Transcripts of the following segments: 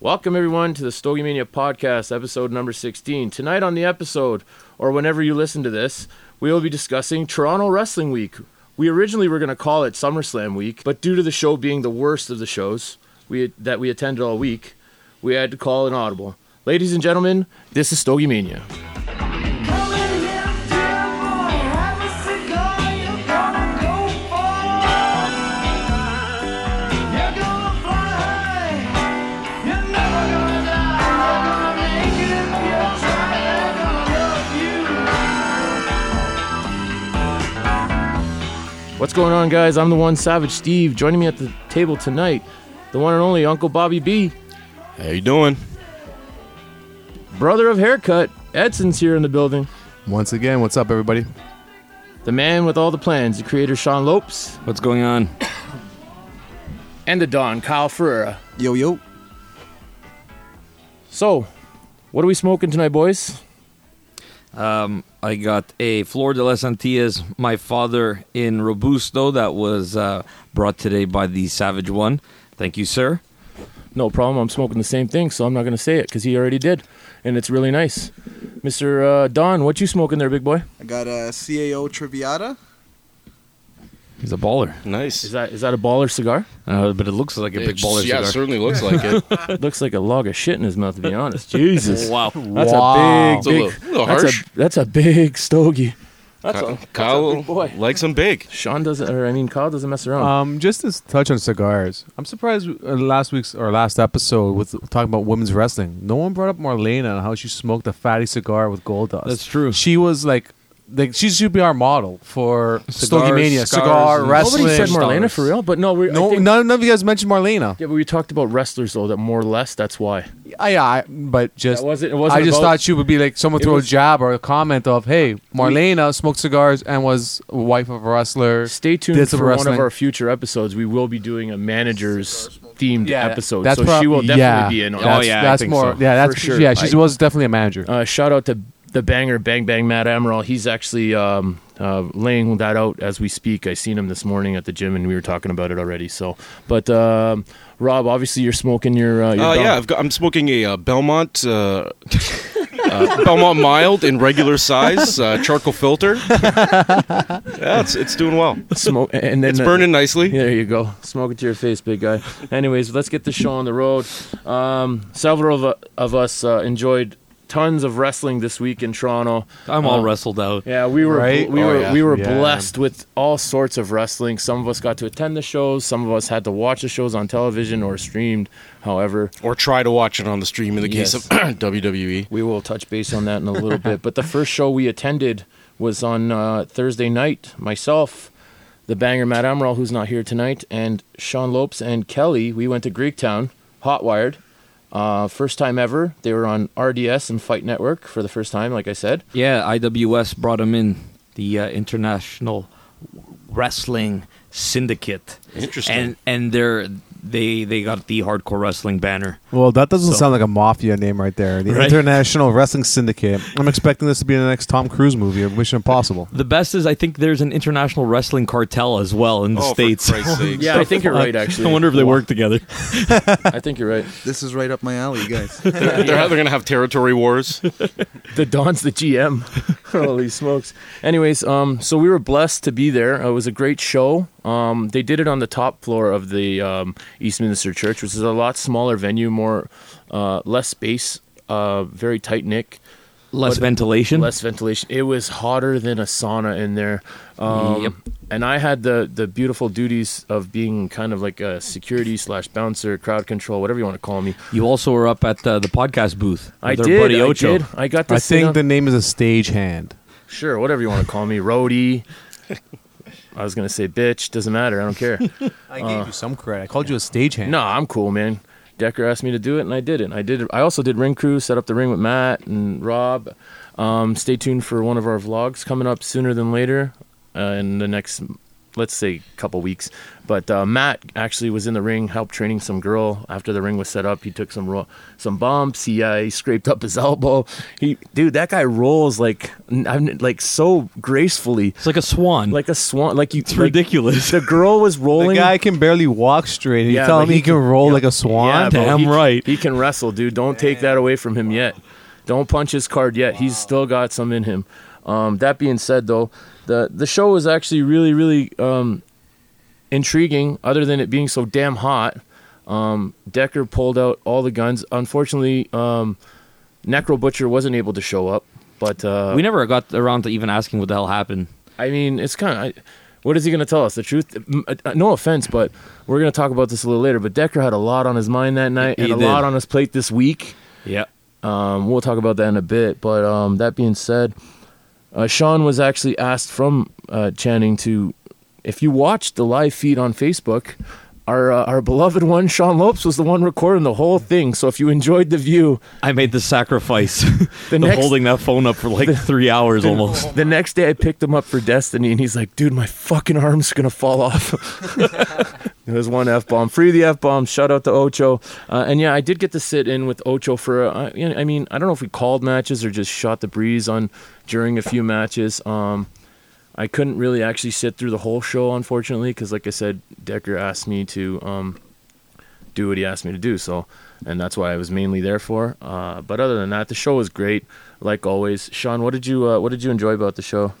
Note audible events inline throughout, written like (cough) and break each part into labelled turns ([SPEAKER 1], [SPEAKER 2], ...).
[SPEAKER 1] Welcome, everyone, to the Stogie Mania podcast, episode number 16. Tonight on the episode, or whenever you listen to this, we will be discussing Toronto Wrestling Week. We originally were going to call it SummerSlam Week, but due to the show being the worst of the shows we, that we attended all week, we had to call an audible. Ladies and gentlemen, this is Stogie Mania.
[SPEAKER 2] Come in here, dear boy, have a cigar. You're gonna go far. You're gonna fly high. You're never gonna die. They're gonna make it if you try. They're gonna love you.
[SPEAKER 1] What's going on, guys? I'm the one Savage Steve. Joining me at the table tonight, the one and only Uncle Bobby B,
[SPEAKER 3] How you doing?
[SPEAKER 1] brother of haircut. Edson's here in the building.
[SPEAKER 4] Once again, what's up, everybody?
[SPEAKER 1] The man with all the plans, the creator Sean Lopes,
[SPEAKER 3] What's going on?
[SPEAKER 1] and the Don Kyle Ferreira.
[SPEAKER 4] Yo, yo.
[SPEAKER 1] So, what are we smoking tonight, boys?
[SPEAKER 3] I got a Flor de las Antillas, my father in Robusto, that was uh, brought today by the Savage One. Thank you, sir.
[SPEAKER 1] No problem. I'm smoking the same thing, so I'm not going to say it because he already did, and it's really nice. Mister uh, Don, what you smoking there, big boy?
[SPEAKER 5] I got a CAO Triviata.
[SPEAKER 3] He's a baller,
[SPEAKER 1] Is
[SPEAKER 6] Nice.
[SPEAKER 1] that is that a baller cigar?
[SPEAKER 3] uh, but it looks like a big
[SPEAKER 6] It-
[SPEAKER 3] baller
[SPEAKER 6] yeah,
[SPEAKER 3] cigar.
[SPEAKER 6] it certainly looks like
[SPEAKER 1] (laughs)
[SPEAKER 6] it.
[SPEAKER 1] Looks like a log of shit in his mouth, to (laughs) be honest. Jesus,
[SPEAKER 3] Wow, (laughs)
[SPEAKER 1] that's
[SPEAKER 4] Wow.
[SPEAKER 1] a
[SPEAKER 6] It's a
[SPEAKER 1] big,
[SPEAKER 6] little-
[SPEAKER 1] big.
[SPEAKER 6] little
[SPEAKER 1] that's
[SPEAKER 6] harsh.
[SPEAKER 1] a that's a big stogie. That's
[SPEAKER 6] Kyle,
[SPEAKER 1] a, that's a big boy.
[SPEAKER 6] likes them big.
[SPEAKER 1] Sean doesn't, or I mean, Kyle doesn't mess around.
[SPEAKER 4] Um, just to s- touch on cigars, I'm surprised uh, last week's or last episode with talking about women's wrestling, no one brought up Marlena and how she smoked a fatty cigar with gold dust.
[SPEAKER 3] That's true.
[SPEAKER 4] She was like, like she should be our model for
[SPEAKER 3] Cigars,
[SPEAKER 4] Stogie Mania,
[SPEAKER 3] scars,
[SPEAKER 4] cigar
[SPEAKER 3] and-
[SPEAKER 4] wrestling.
[SPEAKER 1] Nobody said Marlena
[SPEAKER 3] dollars.
[SPEAKER 1] for real, but no, we, I
[SPEAKER 4] No,
[SPEAKER 1] think-
[SPEAKER 4] none, none of you guys mentioned Marlena.
[SPEAKER 1] Yeah, but we talked about wrestlers though. That more or less, that's why.
[SPEAKER 4] I, I, but just
[SPEAKER 1] That wasn't- it wasn't
[SPEAKER 4] I just
[SPEAKER 1] about-
[SPEAKER 4] thought she would be like someone
[SPEAKER 1] It
[SPEAKER 4] threw
[SPEAKER 1] was-
[SPEAKER 4] a jab or a comment of, "Hey, Marlena smoked cigars and was a wife of a wrestler."
[SPEAKER 1] Stay tuned
[SPEAKER 4] did some
[SPEAKER 1] for one
[SPEAKER 4] wrestling."
[SPEAKER 1] of our future episodes. We will be doing a managers themed
[SPEAKER 4] Yeah,
[SPEAKER 1] episode,
[SPEAKER 4] that's
[SPEAKER 1] so she
[SPEAKER 4] prob-
[SPEAKER 1] will definitely
[SPEAKER 4] yeah,
[SPEAKER 1] be in
[SPEAKER 3] Oh,
[SPEAKER 1] on it.
[SPEAKER 4] that's,
[SPEAKER 3] yeah, I
[SPEAKER 4] that's
[SPEAKER 3] think
[SPEAKER 4] more.
[SPEAKER 3] so.
[SPEAKER 4] Yeah, that's
[SPEAKER 1] For sure.
[SPEAKER 4] Yeah, she
[SPEAKER 1] I-
[SPEAKER 4] was definitely a manager.
[SPEAKER 1] Uh, shout out to the banger Bang Bang Matt Amaral. He's actually um, uh, laying that out as we speak. I seen him this morning at the gym, and we were talking about it already. So, but um, Rob, obviously you're smoking your. Uh, your
[SPEAKER 6] Uh,
[SPEAKER 1] Dom-
[SPEAKER 6] yeah, I've got, I'm smoking a uh, Belmont uh, (laughs) uh, Belmont mild in regular size uh,
[SPEAKER 1] (laughs)
[SPEAKER 6] charcoal filter. yeah, it's, it's doing well.
[SPEAKER 1] smoke, and then
[SPEAKER 6] It's
[SPEAKER 1] uh,
[SPEAKER 6] burning nicely.
[SPEAKER 1] There you go. Smoke it to your face, big guy. Anyways, let's get the show on the road. Um, several of, of us uh, enjoyed tons of wrestling this week in Toronto.
[SPEAKER 3] I'm all
[SPEAKER 1] Uh,
[SPEAKER 3] wrestled out.
[SPEAKER 1] Yeah, we were
[SPEAKER 4] Right?
[SPEAKER 1] we
[SPEAKER 4] Oh,
[SPEAKER 1] were
[SPEAKER 4] yeah.
[SPEAKER 1] we were
[SPEAKER 4] Yeah.
[SPEAKER 1] blessed with all sorts of wrestling. Some of us got to attend the shows. Some of us had to watch the shows on television or streamed. However,
[SPEAKER 6] Or try to watch it on the stream in the
[SPEAKER 1] Yes.
[SPEAKER 6] case of (clears throat) E. WWE.
[SPEAKER 1] we will touch base on that in a little bit. But the first show we attended was on uh, Thursday night. Myself, the banger Matt Amaral, who's not here tonight, and Sean Lopes and Kelly. We went to Greektown, hotwired. Uh, first time ever. They were on RDS and Fight Network for the first time, like I said.
[SPEAKER 3] Yeah, IWS brought him in the uh, International Wrestling Syndicate.
[SPEAKER 6] Interesting.
[SPEAKER 3] And and they're they they got the hardcore wrestling banner.
[SPEAKER 4] Well, that doesn't
[SPEAKER 3] So-
[SPEAKER 4] sound like a mafia name right there. The
[SPEAKER 3] Right?
[SPEAKER 4] International Wrestling Syndicate. I'm expecting this to be the next Tom Cruise movie, or Mission Impossible.
[SPEAKER 3] The best is I think there's an international wrestling cartel as well in the
[SPEAKER 6] Oh,
[SPEAKER 3] states.
[SPEAKER 6] For Christ's sakes.
[SPEAKER 1] (laughs) Yeah, I think you're right, actually.
[SPEAKER 7] (laughs)
[SPEAKER 3] I wonder if they work together.
[SPEAKER 1] (laughs) I think you're right.
[SPEAKER 5] This is right up my alley, you guys.
[SPEAKER 6] They're, they're going to have territory
[SPEAKER 1] (laughs)
[SPEAKER 6] wars.
[SPEAKER 1] the Don's the GM. Holy smokes. Anyways, um, so we were blessed to be there. It was a great show. Um, they did it on the top floor of the um, Eastminster Church, which is a lot smaller venue, more uh, less space, uh, very tight knit,
[SPEAKER 3] Less ventilation.
[SPEAKER 1] less ventilation. It was hotter than a sauna in there. Um,
[SPEAKER 3] Yep.
[SPEAKER 1] And I had the the beautiful duties of being kind of like a security slash bouncer, crowd control, whatever you want to call me.
[SPEAKER 3] You also were up at uh, the podcast booth.
[SPEAKER 1] I
[SPEAKER 3] with our
[SPEAKER 1] did.
[SPEAKER 3] buddy
[SPEAKER 1] I
[SPEAKER 3] Ocho.
[SPEAKER 1] did. I got to
[SPEAKER 4] I
[SPEAKER 1] sit
[SPEAKER 4] think
[SPEAKER 1] on-
[SPEAKER 4] the name is a stagehand.
[SPEAKER 1] Sure, whatever you want to call me, roadie. I was gonna say bitch. Doesn't matter. I don't care.
[SPEAKER 4] I gave you some credit. I called you a stagehand.
[SPEAKER 1] no, I'm cool, man. Decker asked me to do it, and I did it. I did. I also did ring crew, set up the ring with Matt and Rob. Um, stay tuned for one of our vlogs coming up sooner than later uh, in the next let's say a couple weeks. But uh, Matt actually was in the ring, helped training some girl after the ring was set up. He took some ro- some bumps. He, uh, he scraped up his (laughs) elbow. He dude, that guy rolls like n- I'm- like so gracefully,
[SPEAKER 7] It's like a swan.
[SPEAKER 1] like a swan. Like you,
[SPEAKER 7] it's
[SPEAKER 1] like,
[SPEAKER 7] ridiculous.
[SPEAKER 1] Mm. (laughs) The girl was rolling. Oh,
[SPEAKER 4] The guy can barely walk straight. You
[SPEAKER 1] Yeah,
[SPEAKER 4] tell
[SPEAKER 1] but
[SPEAKER 4] him he,
[SPEAKER 1] he
[SPEAKER 4] can,
[SPEAKER 1] can-
[SPEAKER 4] roll
[SPEAKER 1] yeah.
[SPEAKER 4] like a swan.
[SPEAKER 1] but
[SPEAKER 7] Damn
[SPEAKER 1] he-
[SPEAKER 7] right.
[SPEAKER 1] He can wrestle, dude. Don't take that away from him yet. Don't punch his card yet. He's still got some in him. Um, that being said, though, the the show was actually really, really um, intriguing. Other than it being so damn hot, um, Decker pulled out all the guns. Unfortunately, um, Necro Butcher wasn't able to show up. But uh,
[SPEAKER 7] we never got around to even asking what the hell happened.
[SPEAKER 1] I mean, it's kind of. What is he going to tell us? The truth? M- uh, No offense, but we're going to talk about this a little later. But Decker had a lot on his mind that night
[SPEAKER 7] He
[SPEAKER 1] and a
[SPEAKER 7] did.
[SPEAKER 1] lot on his plate this week.
[SPEAKER 7] Yeah.
[SPEAKER 1] Um, we'll talk about that in a bit. But um, that being said, uh, Sean was actually asked from uh, Channing to, if you watched the live feed on Facebook, our uh, our beloved one Sean Lopes was the one recording the whole thing. So if you enjoyed the view,
[SPEAKER 7] I made the (laughs) sacrifice
[SPEAKER 1] The
[SPEAKER 7] of
[SPEAKER 1] next-
[SPEAKER 7] holding that phone up for like (laughs) three hours almost.
[SPEAKER 1] the next day I picked him up for Destiny, and he's like, "Dude, my fucking arm's gonna fall off." (laughs) It was one f bomb. Free the f bomb. Shout out to Ocho. Uh, and yeah, I did get to sit in with Ocho for. Uh, I I mean, I don't know if we called matches or just shot the breeze on during a few matches. Um, I couldn't really actually sit through the whole show, unfortunately, because like I said, Decker asked me to um, do what he asked me to do. So, and that's why I was mainly there for. Uh, but other than that, the show was great, like always. Sean, what did you uh, what did you enjoy about the show?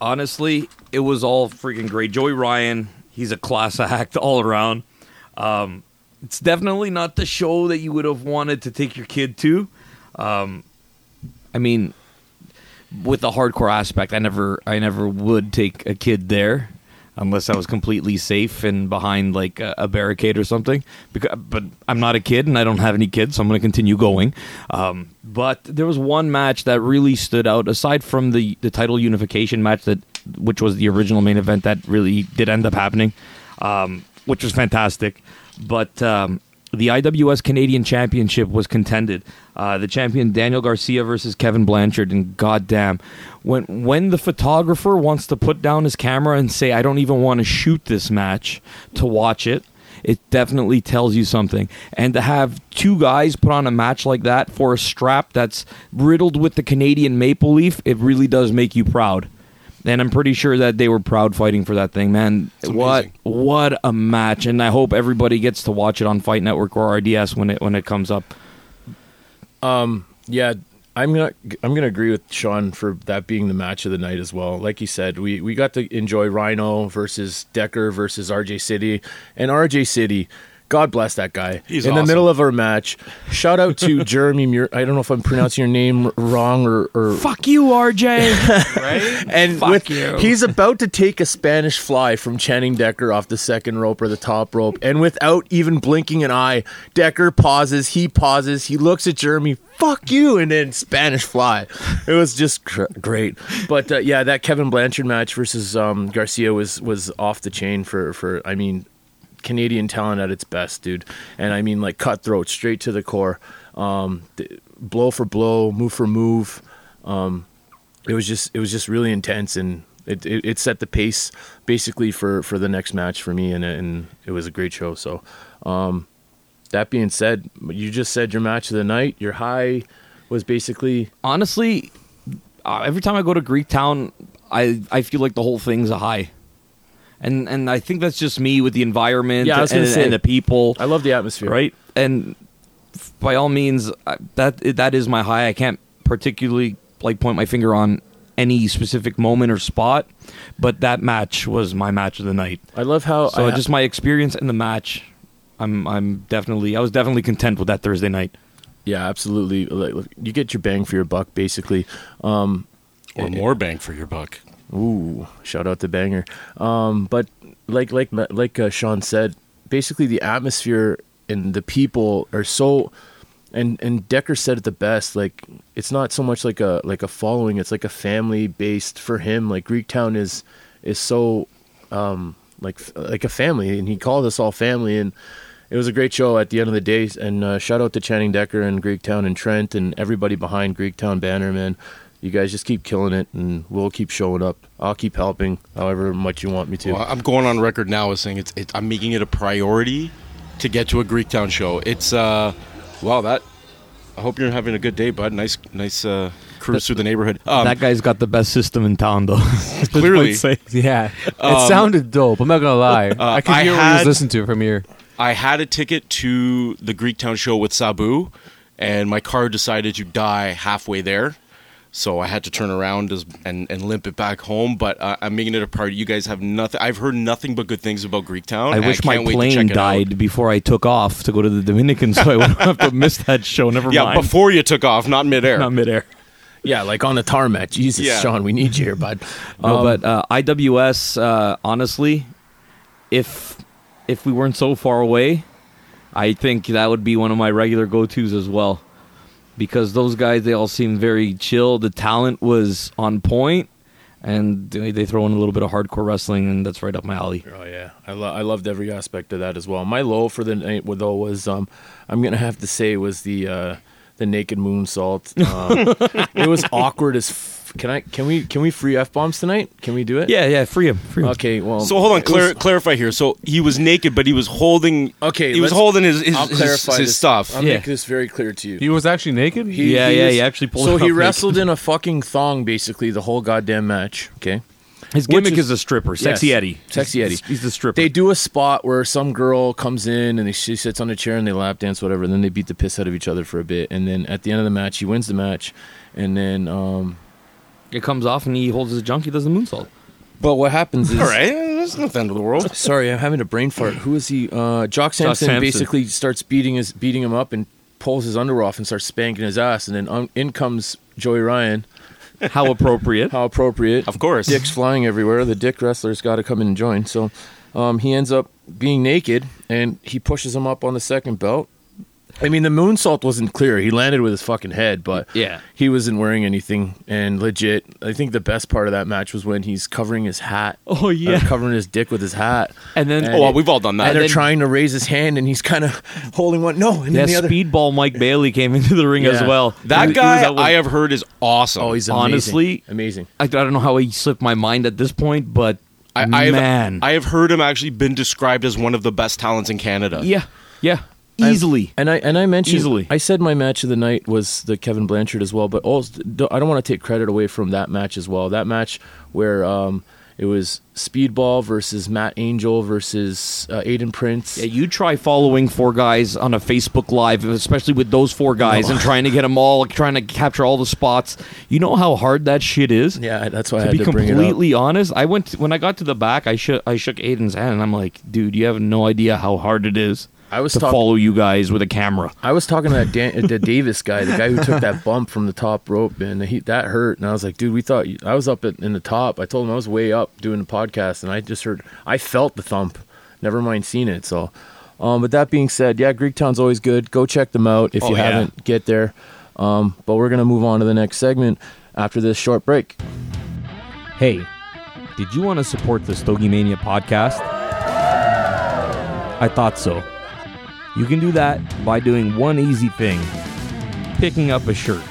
[SPEAKER 7] Honestly, it was all freaking great. Joey Ryan, he's a class (laughs) act all around. Um, it's definitely not the show that you would have wanted to take your kid to. Um, I mean, with the hardcore aspect, I never, I never would take a kid there unless I was completely safe and behind like a, a barricade or something. Because, but I'm not a kid and I don't have any kids, so I'm going to continue going. Um, but there was one match that really stood out, aside from the the title unification match that, which was the original main event that really did end up happening, um, which was fantastic. But um, the IWS Canadian Championship was contended. Uh, the champion Daniel Garcia versus Kevin Blanchard, and goddamn, when when the photographer wants to put down his camera and say, "I don't even want to shoot this match," to watch it, it definitely tells you something. And to have two guys put on a match like that for a strap that's riddled with the Canadian maple leaf, it really does make you proud. And I'm pretty sure that they were proud fighting for that thing, man. What
[SPEAKER 6] amazing.
[SPEAKER 7] what a match! And I hope everybody gets to watch it on Fight Network or RDS when it when it comes up.
[SPEAKER 1] Yeah, I'm gonna I'm gonna agree with Sean for that being the match of the night as well. Like he said, we we got to enjoy Rhino versus Decker versus RJ City and RJ City. God bless that guy.
[SPEAKER 6] He's
[SPEAKER 1] in
[SPEAKER 6] awesome.
[SPEAKER 1] the middle of our match. Shout out
[SPEAKER 6] (laughs)
[SPEAKER 1] to Jeremy Muir. I don't know if I'm pronouncing your name wrong or, or
[SPEAKER 7] Fuck you, RJ.
[SPEAKER 1] (laughs) and
[SPEAKER 7] Fuck
[SPEAKER 1] with,
[SPEAKER 7] you.
[SPEAKER 1] he's about to take a Spanish fly from Channing Decker off the second rope or the top rope, and without even blinking an eye, Decker pauses. He pauses. He looks at Jeremy. Fuck you, and then Spanish fly. It was just gr- great. But uh, yeah, that Kevin Blanchard match versus um, Garcia was was off the chain for for. I mean, Canadian talent at its best, dude. And I mean, like cutthroat, straight to the core. Um, th- blow for blow, move for move it was just it was just really intense and it, it, it set the pace basically for, for the next match for me and and it was a great show. So, um, that being said, you just said your match of the night. Your high was basically
[SPEAKER 7] Honestly, uh, every time I go to Greek Town, I I feel like the whole thing's a high. And and I think that's just me with the environment
[SPEAKER 1] Yeah, I was gonna
[SPEAKER 7] and,
[SPEAKER 1] say-
[SPEAKER 7] and the people.
[SPEAKER 1] I love the atmosphere.
[SPEAKER 7] right? And f- by all means, I- that that is my high. I can't particularly like point my finger on any specific moment or spot, but that match was my match of the night.
[SPEAKER 1] I love how
[SPEAKER 7] So
[SPEAKER 1] I,
[SPEAKER 7] just my experience in the match, I'm I'm definitely I was definitely content with that Thursday night.
[SPEAKER 1] yeah absolutely Like, look, you get your bang for your buck basically. Um,
[SPEAKER 6] Or more bang for your buck.
[SPEAKER 1] Ooh, shout out to Banger. Um, but like like like uh, Sean said, basically the atmosphere and the people are so. And and Decker said it the best. Like it's not so much like a like a following. It's like a family based for him. Like Greektown is is so um like like a family, and he called us all family. And it was a great show at the end of the day. And uh, shout out to Channing Decker and Greektown and Trent and everybody behind Greektown Banner, man. You guys just keep killing it, and we'll keep showing up. I'll keep helping, however much you want me to.
[SPEAKER 6] Well, I'm going on record now as saying it's, it's. I'm making it a priority to get to a Greektown show. It's uh, wow that. I hope you're having a good day, bud. Nice, nice uh, cruise through the neighborhood. Um,
[SPEAKER 7] that guy's got the best system in town, (laughs) though.
[SPEAKER 6] clearly,
[SPEAKER 4] (laughs) Yeah, it sounded dope. I'm not gonna lie. I could
[SPEAKER 6] I
[SPEAKER 4] hear what he was
[SPEAKER 6] had-
[SPEAKER 4] listening to from here.
[SPEAKER 6] I had a ticket to the Greektown show with Sabu, and my car decided to die halfway there. So I had to turn around as, and, and limp it back home. But uh, I'm making it a party. You guys have nothing. I've heard nothing but good things about Greektown.
[SPEAKER 7] I
[SPEAKER 6] and
[SPEAKER 7] wish
[SPEAKER 6] can't
[SPEAKER 7] my
[SPEAKER 6] wait to
[SPEAKER 7] plane
[SPEAKER 6] check it out.
[SPEAKER 7] died before I took off to go to the Dominican, so I wouldn't have to miss that show. Never
[SPEAKER 6] Yeah,
[SPEAKER 7] mind.
[SPEAKER 6] before you took off, not midair.
[SPEAKER 7] not midair.
[SPEAKER 1] yeah, like on the tarmac. Jesus,
[SPEAKER 6] Yeah.
[SPEAKER 1] Sean, we need you here, bud.
[SPEAKER 7] No,
[SPEAKER 1] Um,
[SPEAKER 7] but uh, IWS, uh, honestly, if if we weren't so far away, I think that would be one of my regular go tos as well, because those guys they all seemed very chill. The talent was on point, and they they throw in a little bit of hardcore wrestling, and that's right up my alley.
[SPEAKER 1] Oh yeah, I lo- I loved every aspect of that as well. My low for the night wa- though was um I'm gonna have to say was the uh the naked
[SPEAKER 7] (laughs)
[SPEAKER 1] moonsault. Um, it was awkward as. F- can I? Can we? Can we free f bombs tonight? Can we do it?
[SPEAKER 7] Yeah, yeah, free him, free him.
[SPEAKER 1] Okay. Well.
[SPEAKER 6] So hold on,
[SPEAKER 1] it was-
[SPEAKER 6] clar- clarify here. So he was naked, but he was holding.
[SPEAKER 1] Okay,
[SPEAKER 6] he was
[SPEAKER 1] let's-
[SPEAKER 6] holding his his,
[SPEAKER 1] I'll
[SPEAKER 6] his,
[SPEAKER 1] clarify
[SPEAKER 6] his
[SPEAKER 1] this. Um,
[SPEAKER 6] stuff.
[SPEAKER 1] I'll
[SPEAKER 7] Yeah.
[SPEAKER 1] make this very clear to you.
[SPEAKER 4] He was actually naked.
[SPEAKER 1] He-
[SPEAKER 7] Yeah,
[SPEAKER 1] he
[SPEAKER 7] yeah,
[SPEAKER 1] was-
[SPEAKER 7] he actually pulled
[SPEAKER 1] So
[SPEAKER 7] it
[SPEAKER 1] he
[SPEAKER 7] off
[SPEAKER 1] wrestled in a fucking thong basically the whole goddamn match. Okay.
[SPEAKER 7] His
[SPEAKER 1] Which
[SPEAKER 7] gimmick
[SPEAKER 1] is-
[SPEAKER 7] is, a stripper, sexy
[SPEAKER 1] Yes.
[SPEAKER 7] Eddie,
[SPEAKER 1] Sexy
[SPEAKER 7] He's-
[SPEAKER 1] Eddie.
[SPEAKER 7] He's, the stripper.
[SPEAKER 1] They do a spot where some girl comes in and they, she sits on a chair and they lap dance, whatever. And then they beat the piss out of each other for a bit. And then at the end of the match, he wins the match. And then, um,
[SPEAKER 7] it comes off, and he holds his junk. He does the moonsault.
[SPEAKER 1] but what happens is.
[SPEAKER 6] All right, that's not the end of the world.
[SPEAKER 1] Sorry, I'm having a brain fart. Who is he? Uh, Jock Sampson,
[SPEAKER 7] Sampson.
[SPEAKER 1] basically starts beating his beating him up and pulls his underwear off and starts spanking his ass. And then um, in comes Joey Ryan.
[SPEAKER 7] How appropriate.
[SPEAKER 1] (laughs) How appropriate.
[SPEAKER 6] Of course.
[SPEAKER 1] Dick's flying everywhere. The dick wrestler's got to come in and join. So um, he ends up being naked and he pushes him up on the second belt. I mean, the moonsault wasn't clear. He landed with his fucking head, but
[SPEAKER 7] Yeah.
[SPEAKER 1] he wasn't wearing anything. And legit, I think the best part of that match was when he's covering his hat.
[SPEAKER 7] Oh,
[SPEAKER 1] uh,
[SPEAKER 7] yeah.
[SPEAKER 1] covering his dick with his hat.
[SPEAKER 7] And then-
[SPEAKER 6] Oh, well,
[SPEAKER 1] it-
[SPEAKER 6] we've all done
[SPEAKER 1] and
[SPEAKER 6] that.
[SPEAKER 1] they're
[SPEAKER 7] then-
[SPEAKER 1] trying to raise his hand, and he's kind of (laughs) holding one. No, and
[SPEAKER 7] Yeah,
[SPEAKER 1] then the other.
[SPEAKER 7] speedball Mike Bailey came into the ring as
[SPEAKER 1] Yeah.
[SPEAKER 7] well. He- he
[SPEAKER 6] That
[SPEAKER 7] was
[SPEAKER 6] guy,
[SPEAKER 7] out with-
[SPEAKER 6] I have heard, is awesome.
[SPEAKER 1] Oh, he's amazing.
[SPEAKER 7] Honestly-
[SPEAKER 1] amazing.
[SPEAKER 7] I, I don't know how he slipped my mind at this point, but
[SPEAKER 6] I, I have,
[SPEAKER 7] man,
[SPEAKER 6] I have heard him actually been described as one of the best talents in Canada.
[SPEAKER 7] yeah, yeah, easily.
[SPEAKER 1] And I and I mentioned
[SPEAKER 7] Easily.
[SPEAKER 1] I said my match of the night was the Kevin Blanchard as well, but also, I don't want to take credit away from that match as well. That match where um, it was Speedball versus Matt Angel versus uh, Aiden Prince.
[SPEAKER 7] yeah, you try following four guys on a Facebook Live, especially with those four guys, and trying to get them all, trying to capture all the spots. You know how hard that shit is.
[SPEAKER 1] Yeah, that's why I
[SPEAKER 7] To
[SPEAKER 1] had
[SPEAKER 7] be
[SPEAKER 1] to bring it up.
[SPEAKER 7] completely honest, I went when I got to the back. I shook I shook Aiden's hand, and I'm like, dude, you have no idea how hard it is.
[SPEAKER 1] I was
[SPEAKER 7] to
[SPEAKER 1] talk-
[SPEAKER 7] follow you guys with a camera.
[SPEAKER 1] I was talking to that Dan, uh, the Davis guy, the guy who took that bump from the top rope, and he, that hurt. And I was like, dude, we thought you, I was up at, in the top. I told him I was way up doing the podcast, and I just heard, I felt the thump. Never mind seeing it. So, um, but that being said, yeah, Greektown's always good. Go check them out if you
[SPEAKER 7] yeah.
[SPEAKER 1] haven't. Get there. Um, but we're gonna move on to the next segment after this short break.
[SPEAKER 7] Hey, did you want to support the Stogie Mania podcast? I thought so. You can do that by doing one easy thing picking up a shirt.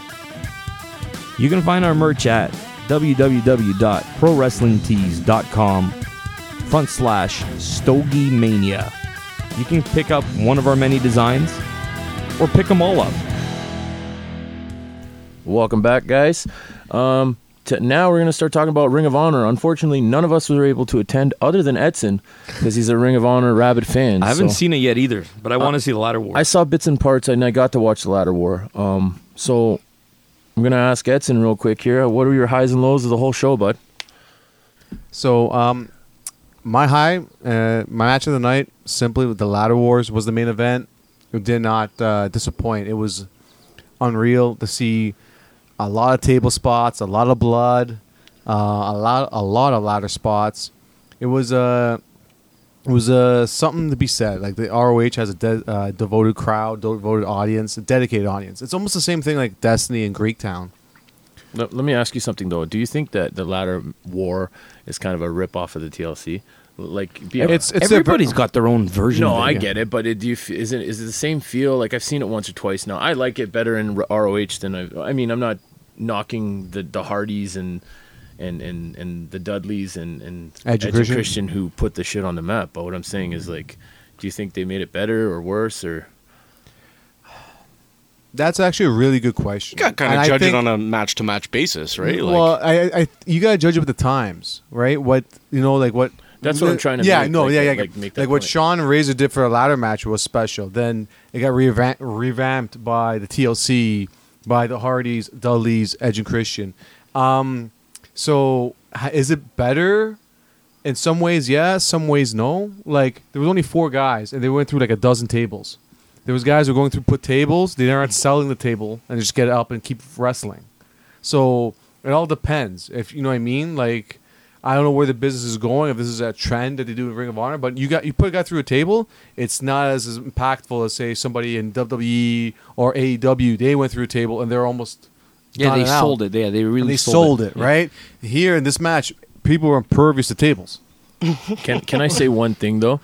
[SPEAKER 7] You can find our merch at www.prowrestlingtees.com front slash Stogie Mania. You can pick up one of our many designs or pick them all up.
[SPEAKER 1] Welcome back, guys. Um, t- now we're going to start talking about Ring of Honor. Unfortunately, none of us were able to attend other than Edson because he's a Ring of Honor rabid fan.
[SPEAKER 7] I haven't
[SPEAKER 1] so-
[SPEAKER 7] seen it yet either, but I want to
[SPEAKER 1] Uh,
[SPEAKER 7] see the latter war.
[SPEAKER 1] I saw bits and parts and I got to watch the Ladder War. Um, so I'm going to ask Edson real quick here. What were your highs and lows of the whole show, bud?
[SPEAKER 4] So, um, my high, uh, my match of the night, simply with the Ladder Wars, was the main event. It did not uh, disappoint. It was unreal to see a lot of table spots, a lot of blood, uh, a lot, a lot of ladder spots. It was uh, it was uh, something to be said. Like the ROH has a de- uh, devoted crowd, devoted audience, a dedicated audience. It's almost the same thing like Destiny and Greektown.
[SPEAKER 1] Let, let me ask you something, though. Do you think that the Ladder War is kind of a rip off of the TLC? Like, be
[SPEAKER 4] It's- it's a-
[SPEAKER 7] Everybody's got their own version.
[SPEAKER 1] No,
[SPEAKER 7] of it,
[SPEAKER 1] I
[SPEAKER 7] yeah.
[SPEAKER 1] get it, but it, do you f- is it is it the same feel? Like I've seen it once or twice now. I like it better in R- ROH than I. I mean, I'm not knocking the the Hardys and and and and the Dudleys and and
[SPEAKER 4] Edge of
[SPEAKER 1] of
[SPEAKER 4] Christian.
[SPEAKER 1] Christian who put the shit on the map. But what I'm saying is like, do you think they made it better or worse or?
[SPEAKER 4] That's actually a really good question.
[SPEAKER 6] You got kind
[SPEAKER 4] And
[SPEAKER 6] of
[SPEAKER 4] I
[SPEAKER 6] judge
[SPEAKER 4] think-
[SPEAKER 6] it on a match to match basis, right? Like,
[SPEAKER 4] well, I, I, you gotta judge it with the times, right? What you know, like what.
[SPEAKER 1] That's what I'm trying to
[SPEAKER 4] Yeah,
[SPEAKER 1] make,
[SPEAKER 4] no,
[SPEAKER 1] like,
[SPEAKER 4] yeah, yeah.
[SPEAKER 1] like,
[SPEAKER 4] Like,
[SPEAKER 1] make that
[SPEAKER 4] what
[SPEAKER 1] point.
[SPEAKER 4] Sean Razor did for a ladder match was special. Then it got revamped, revamped by the TLC, by the Hardys, Dudleys, Edge and Christian. Um, so h- is it better? In some ways, yeah. Some ways, no. Like there was only four guys, and they went through like a dozen tables. There was guys who were going through put tables. They aren't selling the table and they just get up and keep wrestling. So it all depends. If you know what I mean, like I don't know where the business is going. If this is a trend that they do in Ring of Honor, but you got you put a guy through a table, it's not as, as impactful as say somebody in WWE or AEW. They went through a table and they're almost
[SPEAKER 7] Yeah,
[SPEAKER 4] gone
[SPEAKER 7] they
[SPEAKER 4] and out.
[SPEAKER 7] sold it. Yeah, they
[SPEAKER 4] And
[SPEAKER 7] really
[SPEAKER 4] they sold, it, right? Here in this match, people were impervious to tables.
[SPEAKER 1] Can can I say one thing though?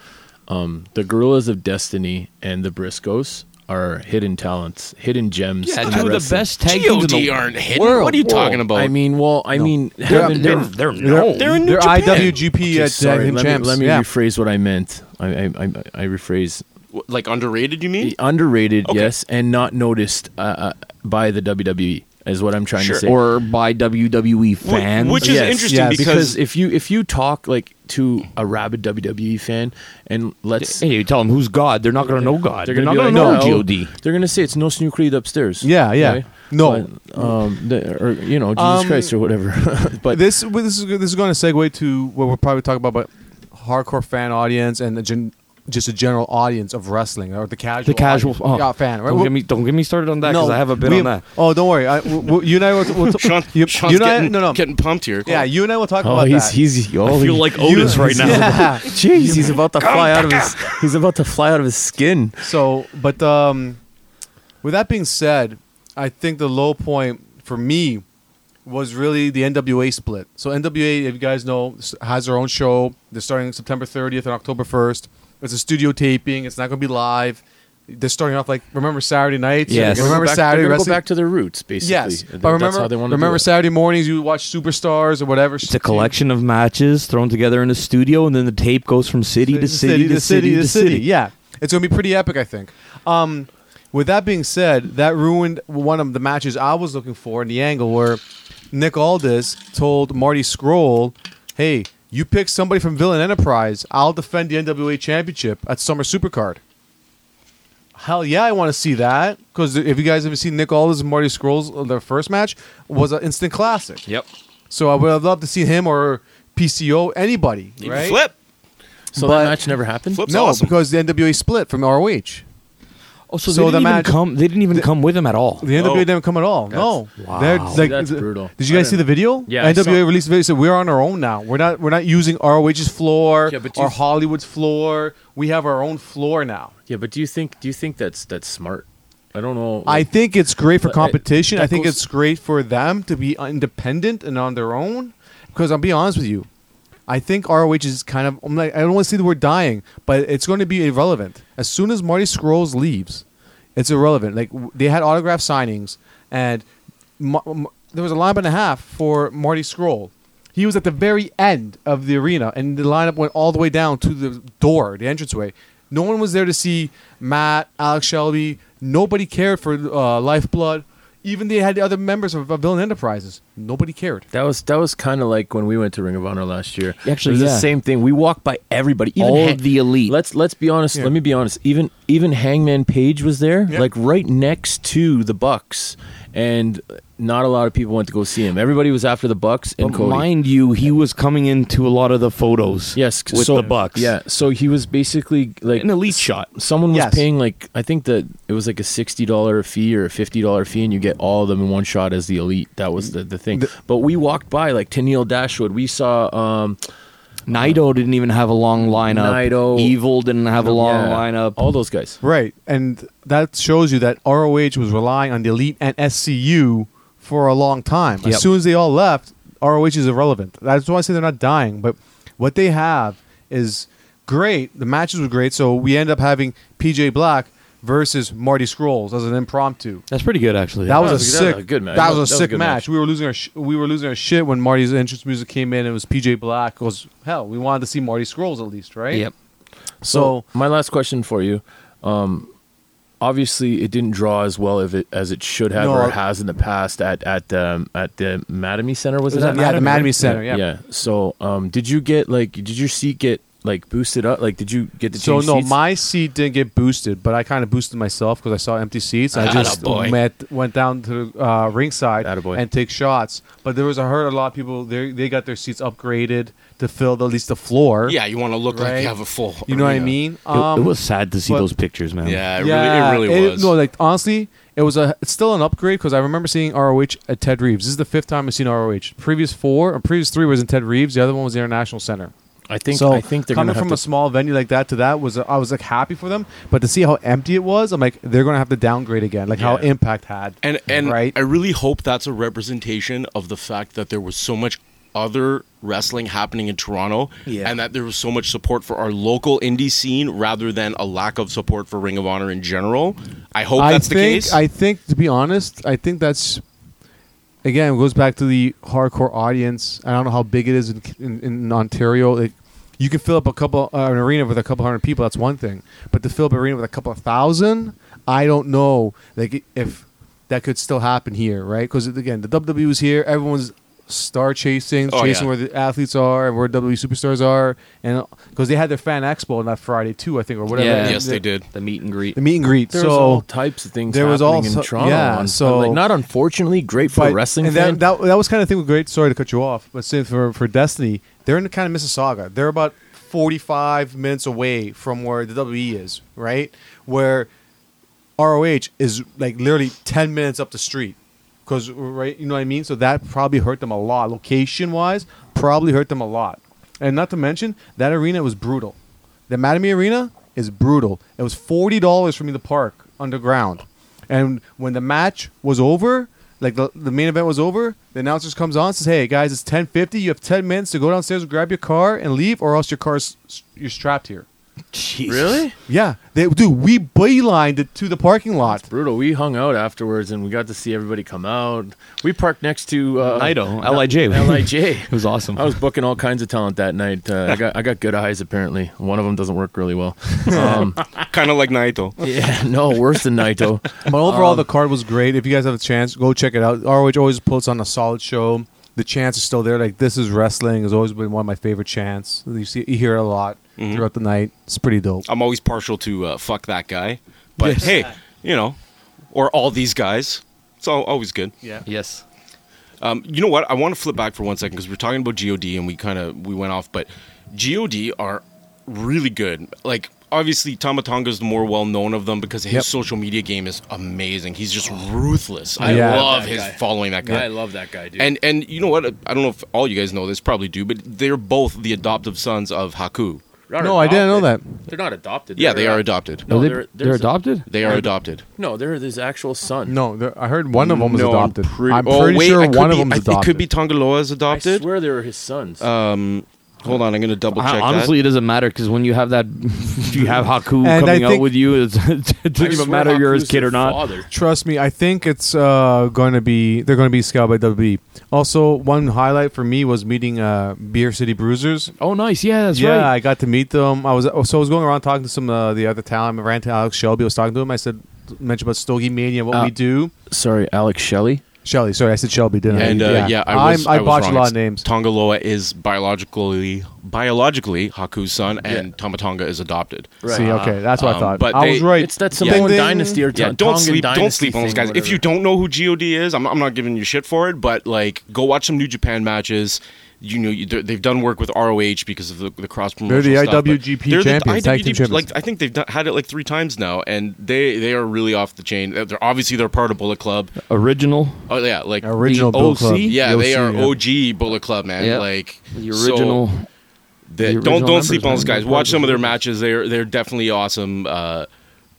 [SPEAKER 1] Um, the Gorillas of Destiny and the Briscoes are hidden talents, hidden gems.
[SPEAKER 7] Yeah,
[SPEAKER 1] in
[SPEAKER 7] two of the
[SPEAKER 1] wrestling.
[SPEAKER 7] best tag teams in
[SPEAKER 6] GOD
[SPEAKER 7] the
[SPEAKER 6] aren't hidden.
[SPEAKER 7] world.
[SPEAKER 6] What are you talking about?
[SPEAKER 1] I mean, well, I mean,
[SPEAKER 4] They're-
[SPEAKER 1] haven't
[SPEAKER 3] They're,
[SPEAKER 1] been-
[SPEAKER 3] they're known.
[SPEAKER 6] they're in New
[SPEAKER 4] They're
[SPEAKER 6] Japan.
[SPEAKER 4] IWGP
[SPEAKER 1] Okay,
[SPEAKER 4] at
[SPEAKER 1] sorry,
[SPEAKER 4] Tag Team
[SPEAKER 1] let
[SPEAKER 4] Champs.
[SPEAKER 1] me, let me
[SPEAKER 4] yeah.
[SPEAKER 1] rephrase what I meant. I I, I, I rephrase
[SPEAKER 6] W- like underrated, you mean?
[SPEAKER 1] underrated, yes, and not noticed uh, uh, by the WWE is what I'm trying
[SPEAKER 6] Sure.
[SPEAKER 1] to say.
[SPEAKER 7] Or by WWE
[SPEAKER 6] Wh-
[SPEAKER 7] fans.
[SPEAKER 6] Which is
[SPEAKER 1] Yes,
[SPEAKER 6] interesting
[SPEAKER 4] yeah,
[SPEAKER 1] because,
[SPEAKER 6] because,
[SPEAKER 1] if you if you talk like to a rabid WWE fan and let's
[SPEAKER 7] Hey, you tell them who's God. They're not going to know God.
[SPEAKER 1] they're
[SPEAKER 7] They're,
[SPEAKER 1] gonna
[SPEAKER 7] not
[SPEAKER 1] be
[SPEAKER 7] going to
[SPEAKER 1] like,
[SPEAKER 7] know
[SPEAKER 1] no,
[SPEAKER 7] God.
[SPEAKER 1] They're gonna say it's no snook creed upstairs.
[SPEAKER 4] Yeah, yeah.
[SPEAKER 1] right?
[SPEAKER 4] No.
[SPEAKER 1] But, um, the, or you know Jesus
[SPEAKER 4] Um,
[SPEAKER 1] Christ or whatever. (laughs) but
[SPEAKER 4] this well, this is this is going to segue to what we're probably talking about, but hardcore fan audience and the gen, just a general audience of wrestling or the casual
[SPEAKER 7] The casual
[SPEAKER 4] audience,
[SPEAKER 7] oh,
[SPEAKER 4] yeah, fan. Right?
[SPEAKER 7] Don't
[SPEAKER 4] Well,
[SPEAKER 7] get me don't get me started on that because
[SPEAKER 4] no,
[SPEAKER 7] I have a bit
[SPEAKER 4] we-
[SPEAKER 7] on
[SPEAKER 4] (laughs)
[SPEAKER 7] that.
[SPEAKER 4] Oh, don't worry. I, w- w- you and I will.
[SPEAKER 6] (laughs)
[SPEAKER 4] will
[SPEAKER 6] Sean,
[SPEAKER 4] (laughs) you,
[SPEAKER 6] Sean's
[SPEAKER 4] you and I,
[SPEAKER 6] getting,
[SPEAKER 4] no, no.
[SPEAKER 6] getting pumped here. Go
[SPEAKER 4] yeah,
[SPEAKER 6] on.
[SPEAKER 4] you and I will talk
[SPEAKER 1] oh,
[SPEAKER 4] about
[SPEAKER 1] he's
[SPEAKER 4] that.
[SPEAKER 1] he's oh,
[SPEAKER 3] I feel
[SPEAKER 1] he-
[SPEAKER 3] like Otis
[SPEAKER 4] (laughs)
[SPEAKER 3] right now.
[SPEAKER 4] yeah.
[SPEAKER 7] (laughs)
[SPEAKER 3] (laughs)
[SPEAKER 1] Jeez, he's about to fly out of his. He's about to fly out of his skin.
[SPEAKER 4] So, but um, with that being said, I think the low point for me was really the NWA split. So NWA, if you guys know, s- has their own show. They're starting September 30th and October 1st. It's a studio taping. It's not going to be live. They're starting off like remember Saturday nights. remember
[SPEAKER 7] Yes.
[SPEAKER 1] They're gonna go back-
[SPEAKER 4] Saturday.
[SPEAKER 1] They're gonna go
[SPEAKER 4] wrestling?
[SPEAKER 1] back to their roots, basically.
[SPEAKER 4] yes,
[SPEAKER 1] That's
[SPEAKER 4] but remember,
[SPEAKER 1] how they want to
[SPEAKER 4] remember Saturday mornings you would watch Superstars or whatever.
[SPEAKER 7] It's a collection of matches thrown together in a studio, and then the tape goes from city to city to city to city.
[SPEAKER 4] Yeah, it's gonna be pretty epic, I think. Um, with that being said, that ruined one of the matches I was looking for in the angle where Nick Aldis told Marty Scroll, "Hey, you pick somebody from Villain Enterprise. I'll defend the NWA Championship at Summer Supercard." Hell yeah, I want to see that because if you guys haven't seen Nick Aldis and Marty Scroll's their first match was an instant classic.
[SPEAKER 3] Yep.
[SPEAKER 4] So I would have loved to see him or PCO anybody.
[SPEAKER 6] You
[SPEAKER 4] right?
[SPEAKER 6] Flip.
[SPEAKER 1] So
[SPEAKER 4] but-
[SPEAKER 1] that match never happened.
[SPEAKER 6] Flip. It's
[SPEAKER 4] no,
[SPEAKER 6] awesome.
[SPEAKER 4] because the NWA split from ROH.
[SPEAKER 7] Oh, so,
[SPEAKER 4] So the
[SPEAKER 7] they didn't even
[SPEAKER 4] match-
[SPEAKER 7] come. They didn't even come with him at all.
[SPEAKER 4] The NWA didn't come at all. No,
[SPEAKER 7] Wow.
[SPEAKER 4] They're-
[SPEAKER 7] See,
[SPEAKER 1] Oh. that's brutal.
[SPEAKER 4] Did you
[SPEAKER 1] I
[SPEAKER 4] guys see
[SPEAKER 1] didn't-
[SPEAKER 4] the video?
[SPEAKER 1] Yeah, I
[SPEAKER 4] NWA
[SPEAKER 1] saw-
[SPEAKER 4] released a video. Said we're on our own now. We're not. We're not using ROH's floor
[SPEAKER 1] Yeah, but do
[SPEAKER 4] or
[SPEAKER 1] you-
[SPEAKER 4] Hollywood's floor. We have our own floor now.
[SPEAKER 1] Yeah, but do you think do you think that's that's smart? I don't know.
[SPEAKER 4] I
[SPEAKER 1] like-
[SPEAKER 4] think it's great for
[SPEAKER 1] But, uh,
[SPEAKER 4] competition.
[SPEAKER 1] that
[SPEAKER 4] I think
[SPEAKER 1] goes-
[SPEAKER 4] it's great for them to be independent and on their own. Because I'll be honest with you, I think ROH is kind of. I'm like, I don't want to see the word dying, but it's going to be irrelevant as soon as Marty Scrolls leaves. It's irrelevant. Like w- they had autograph signings, and Ma- Ma- there was a lineup and a half for Marty Scroll. He was at the very end of the arena, and the lineup went all the way down to the door, the entranceway. No one was there to see Matt, Alex Shelby. Nobody cared for uh, Lifeblood. Even they had the other members of, of Villain Enterprises. Nobody cared.
[SPEAKER 1] that was that was kind of like when we went to Ring of Honor last year.
[SPEAKER 7] Actually,
[SPEAKER 1] it was
[SPEAKER 7] yeah.
[SPEAKER 1] the same thing. We walked by everybody, even
[SPEAKER 7] All
[SPEAKER 1] Ha-
[SPEAKER 7] of the elite.
[SPEAKER 1] Let's let's be honest.
[SPEAKER 4] Yeah.
[SPEAKER 1] Let me be honest. Even even Hangman Page was there,
[SPEAKER 4] Yeah.
[SPEAKER 1] like right next to the Bucks, and not a lot of people went to go see him. Everybody was after the Bucks and
[SPEAKER 7] But
[SPEAKER 1] Cody.
[SPEAKER 7] mind you, he was coming into a lot of the photos.
[SPEAKER 1] Yes,
[SPEAKER 7] with
[SPEAKER 1] so,
[SPEAKER 7] the Bucks.
[SPEAKER 1] Yeah, so he was basically like
[SPEAKER 7] an elite shot.
[SPEAKER 1] someone was
[SPEAKER 4] Yes.
[SPEAKER 1] paying like I think that it was like a sixty dollar fee or a fifty dollar fee, and you get all of them in one shot as the elite. That was the, the thing. but we walked by like Tennille Dashwood. We saw um,
[SPEAKER 7] Naito didn't even have a long lineup.
[SPEAKER 1] Naito.
[SPEAKER 7] Evil didn't have a long
[SPEAKER 1] yeah, Oh.
[SPEAKER 7] lineup.
[SPEAKER 1] All those guys.
[SPEAKER 4] Right, and that shows you that ROH was relying on the Elite and SCU for a long time.
[SPEAKER 7] Yep.
[SPEAKER 4] As soon as they all left, ROH is irrelevant. That's why I say they're not dying, but what they have is great. The matches were great, so we end up having PJ Black versus Marty Scrolls as an impromptu.
[SPEAKER 7] That's pretty good, actually.
[SPEAKER 4] That was a
[SPEAKER 1] was a good- that was
[SPEAKER 4] sick.
[SPEAKER 1] a good match.
[SPEAKER 4] That
[SPEAKER 1] That
[SPEAKER 4] was
[SPEAKER 1] was
[SPEAKER 4] a
[SPEAKER 1] a
[SPEAKER 4] sick
[SPEAKER 1] good
[SPEAKER 4] match.
[SPEAKER 1] match.
[SPEAKER 4] We were losing our sh- we were losing our shit when Marty's entrance music came in. It was PJ Black. It was hell. We wanted to see Marty Scrolls at least, right?
[SPEAKER 7] Yep.
[SPEAKER 4] So
[SPEAKER 1] my last question for you. Um, obviously, it didn't draw as well if it, as it should have
[SPEAKER 4] No,
[SPEAKER 1] or
[SPEAKER 4] I-
[SPEAKER 1] it has in the past at at um, at the Madame Center. Was it,
[SPEAKER 4] was at-
[SPEAKER 1] at
[SPEAKER 4] yeah, the Madame
[SPEAKER 1] right?
[SPEAKER 4] Center, yeah.
[SPEAKER 1] So, um, did you get like did your seat get like boosted up? Like, did you get to
[SPEAKER 4] so
[SPEAKER 1] change
[SPEAKER 4] no,
[SPEAKER 1] seats?
[SPEAKER 4] my seat didn't get boosted, but I kind of boosted myself because I saw empty seats. I just
[SPEAKER 6] Attaboy.
[SPEAKER 4] met, went down to the uh, ringside
[SPEAKER 1] Attaboy.
[SPEAKER 4] and take shots. But there was I heard a lot of people they they got their seats upgraded to fill the, at least the floor.
[SPEAKER 6] Yeah, you want to look like
[SPEAKER 4] Right.
[SPEAKER 6] you have a full.
[SPEAKER 4] you know what I
[SPEAKER 6] arena.
[SPEAKER 4] mean.
[SPEAKER 7] It, it was sad to see
[SPEAKER 4] but-
[SPEAKER 7] those pictures, man.
[SPEAKER 6] Yeah, it really, it really was.
[SPEAKER 4] No, like honestly, it was a it's still an upgrade because I remember seeing ROH at Ted Reeves. This is the fifth time I've seen ROH. Previous four or previous three was in Ted Reeves. The other one was the International Center.
[SPEAKER 1] I think
[SPEAKER 4] so
[SPEAKER 1] I think they're
[SPEAKER 4] coming
[SPEAKER 1] gonna have
[SPEAKER 4] from
[SPEAKER 1] to
[SPEAKER 4] a small venue like that to that was I was like happy for them, but to see how empty it was, I'm like they're gonna have to downgrade again, like how
[SPEAKER 1] Yeah.
[SPEAKER 4] Impact had.
[SPEAKER 6] and and
[SPEAKER 4] right,
[SPEAKER 6] I really hope that's a representation of the fact that there was so much other wrestling happening in Toronto,
[SPEAKER 4] Yeah.
[SPEAKER 6] and that there was so much support for our local indie scene rather than a lack of support for Ring of Honor in general. I hope
[SPEAKER 4] I
[SPEAKER 6] that's
[SPEAKER 4] think
[SPEAKER 6] the case. (laughs)
[SPEAKER 4] I think to be honest, I think that's again it goes back to the hardcore audience. I don't know how big it is in in, in Ontario. Like, you can fill up a couple uh, an arena with a couple hundred people. That's one thing, but to fill up an arena with a couple of thousand, I don't know. Like if that could still happen here, right? Because again, the WWE is here. Everyone's star chasing,
[SPEAKER 6] Oh,
[SPEAKER 4] chasing
[SPEAKER 6] yeah.
[SPEAKER 4] where the athletes are and where WWE superstars are, and because they had their fan expo on that Friday too, I think, or whatever.
[SPEAKER 7] Yeah.
[SPEAKER 6] yes, they did.
[SPEAKER 7] The meet and greet.
[SPEAKER 4] The meet and greet.
[SPEAKER 1] There's
[SPEAKER 4] so
[SPEAKER 1] all types of things
[SPEAKER 4] there was
[SPEAKER 1] happening
[SPEAKER 4] also-
[SPEAKER 1] in Toronto.
[SPEAKER 4] yeah,
[SPEAKER 1] on-
[SPEAKER 4] so-
[SPEAKER 1] like, not unfortunately great for a
[SPEAKER 4] But-
[SPEAKER 1] wrestling
[SPEAKER 4] and
[SPEAKER 1] fan.
[SPEAKER 4] that, that, that was kind of the thing with great. Sorry to cut you off, but since for for Destiny, they're in kind of Mississauga. They're about forty five minutes away from where the WWE is, right? Where ROH is like literally ten minutes up the street, because right, you know what I mean. So that probably hurt them a lot. Location wise, probably hurt them a lot, and not to mention that arena was brutal. The Madame Arena is brutal. It was forty dollars for me to park underground, and when the match was over, like the, the main event was over, the announcer comes on and says, "Hey guys, it's ten fifty. You have ten minutes to go downstairs, grab your car, and leave, or else your car's you're strapped here."
[SPEAKER 1] really?
[SPEAKER 4] Yeah, they dude, we beelined it to the parking lot.
[SPEAKER 1] Brutal. We hung out afterwards and we got to see everybody come out. We parked next to uh,
[SPEAKER 7] Nido, LIJ.
[SPEAKER 1] LIJ. (laughs)
[SPEAKER 7] It was awesome.
[SPEAKER 1] I was booking all kinds of talent that night. Uh, I got I got good eyes apparently. One of them doesn't work really well. Um,
[SPEAKER 6] Kind of like Naito.
[SPEAKER 1] yeah, no, worse than (laughs) Naito.
[SPEAKER 4] But overall,
[SPEAKER 6] Um,
[SPEAKER 4] the card was great. If you guys have a chance, go check it out. ROH always puts on a solid show. The chance is still there. Like this is wrestling has always been one of my favorite chants. You see, you hear it a lot
[SPEAKER 6] Mm-hmm.
[SPEAKER 4] throughout the night. It's pretty dope.
[SPEAKER 6] I'm always partial to uh, fuck that guy, but hey, you know, or all these guys. It's al always good.
[SPEAKER 7] yes.
[SPEAKER 6] Um, you know what? I want to flip back for one second because we're talking about God and we kind of we went off, but God are really good. Like obviously Tamatonga is the more well known of them because his
[SPEAKER 4] Yep.
[SPEAKER 6] social media game is amazing. He's just ruthless. I
[SPEAKER 4] Yeah.
[SPEAKER 6] love
[SPEAKER 1] That
[SPEAKER 6] his
[SPEAKER 1] guy.
[SPEAKER 6] following that guy.
[SPEAKER 1] love that guy, dude.
[SPEAKER 6] and and you know what? I don't know if all you guys know this, probably do, but they're both the adoptive sons of Haku.
[SPEAKER 4] No, I didn't know that.
[SPEAKER 1] They're not adopted.
[SPEAKER 6] Yeah, they are adopted.
[SPEAKER 1] No,
[SPEAKER 7] Are they,
[SPEAKER 1] they're-
[SPEAKER 7] they're
[SPEAKER 1] there's a-
[SPEAKER 7] adopted?
[SPEAKER 6] They are adopted.
[SPEAKER 1] No, they're his actual son.
[SPEAKER 4] No, there, I heard one of them was
[SPEAKER 6] No,
[SPEAKER 4] adopted. I'm pretty,
[SPEAKER 6] oh, wait,
[SPEAKER 4] sure
[SPEAKER 6] I could
[SPEAKER 4] one of
[SPEAKER 6] be-
[SPEAKER 4] them was
[SPEAKER 6] I-
[SPEAKER 4] adopted.
[SPEAKER 6] It could be Tongaloa's
[SPEAKER 1] I
[SPEAKER 6] adopted.
[SPEAKER 1] swear they were his sons.
[SPEAKER 6] Hold on, I'm going to double check.
[SPEAKER 7] Hon-
[SPEAKER 6] that.
[SPEAKER 7] Honestly, it doesn't matter because when you have that, (laughs) you have
[SPEAKER 4] And
[SPEAKER 7] Haku
[SPEAKER 4] I
[SPEAKER 7] coming out
[SPEAKER 4] think-
[SPEAKER 7] with you. It's, (laughs) it
[SPEAKER 1] I
[SPEAKER 7] doesn't even
[SPEAKER 1] swear
[SPEAKER 7] matter if you're his
[SPEAKER 1] Haku's
[SPEAKER 7] kid or not.
[SPEAKER 1] Father.
[SPEAKER 4] Trust me, I think it's uh, going to be they're going to be scouted by WWE. Also, one highlight for me was meeting uh, Beer City Bruisers.
[SPEAKER 7] Oh, nice. Yeah, that's
[SPEAKER 4] yeah,
[SPEAKER 7] right.
[SPEAKER 4] I got to meet them. I was so I was going around talking to some uh, the other talent. I ran to Alex Shelby. I was talking to him. I said mentioned about Stogie Mania, what
[SPEAKER 1] Uh,
[SPEAKER 4] we do.
[SPEAKER 1] Sorry, Alex Shelley.
[SPEAKER 4] Shelby, sorry, I said Shelby, didn't
[SPEAKER 6] And
[SPEAKER 4] I?
[SPEAKER 6] uh, yeah, I was,
[SPEAKER 4] I'm- I
[SPEAKER 6] was
[SPEAKER 4] botched
[SPEAKER 6] wrong.
[SPEAKER 4] a lot
[SPEAKER 6] It's-
[SPEAKER 4] of names.
[SPEAKER 6] Tongaloa is biologically biologically Haku's son, and Tamatonga is adopted.
[SPEAKER 1] Right.
[SPEAKER 4] See, okay, that's what
[SPEAKER 6] Um,
[SPEAKER 4] I thought.
[SPEAKER 6] but
[SPEAKER 4] I
[SPEAKER 6] they-
[SPEAKER 4] was right.
[SPEAKER 1] Uh, It's that
[SPEAKER 6] Yeah.
[SPEAKER 1] Samoan
[SPEAKER 4] Ding, ding.
[SPEAKER 1] dynasty or
[SPEAKER 6] Yeah,
[SPEAKER 1] Ton-
[SPEAKER 6] don't
[SPEAKER 1] Tongan
[SPEAKER 6] sleep. Don't
[SPEAKER 1] dynasty
[SPEAKER 6] sleep on those
[SPEAKER 1] thing,
[SPEAKER 6] guys. If you
[SPEAKER 1] whatever.
[SPEAKER 6] don't know who God is, I'm, I'm not giving you shit for it. But like, go watch some New Japan matches. You know, you, they're- they've done work with ROH because of the, the cross promotion.
[SPEAKER 4] They're the
[SPEAKER 6] stuff, but
[SPEAKER 4] IWGP
[SPEAKER 6] they're the
[SPEAKER 4] champions, tag team
[SPEAKER 6] IWGP
[SPEAKER 4] champions.
[SPEAKER 6] Like, I think they've done, had it like three times now, and they they are really off the chain. They're they're- obviously they're part of Bullet Club.
[SPEAKER 7] Original.
[SPEAKER 6] Oh yeah, like
[SPEAKER 4] original
[SPEAKER 7] the
[SPEAKER 4] Bill
[SPEAKER 7] OC?
[SPEAKER 4] Club.
[SPEAKER 6] yeah,
[SPEAKER 4] The
[SPEAKER 6] they
[SPEAKER 4] OC,
[SPEAKER 6] are
[SPEAKER 4] yeah.
[SPEAKER 6] OG Bullet Club, man.
[SPEAKER 7] Yeah.
[SPEAKER 6] Like
[SPEAKER 7] The
[SPEAKER 6] so-
[SPEAKER 7] original.
[SPEAKER 6] the,
[SPEAKER 7] The
[SPEAKER 6] don't
[SPEAKER 7] original
[SPEAKER 6] don't sleep
[SPEAKER 7] numbers,
[SPEAKER 6] on those
[SPEAKER 7] man.
[SPEAKER 6] guys. Watch some of their matches. They're they're definitely awesome. Uh,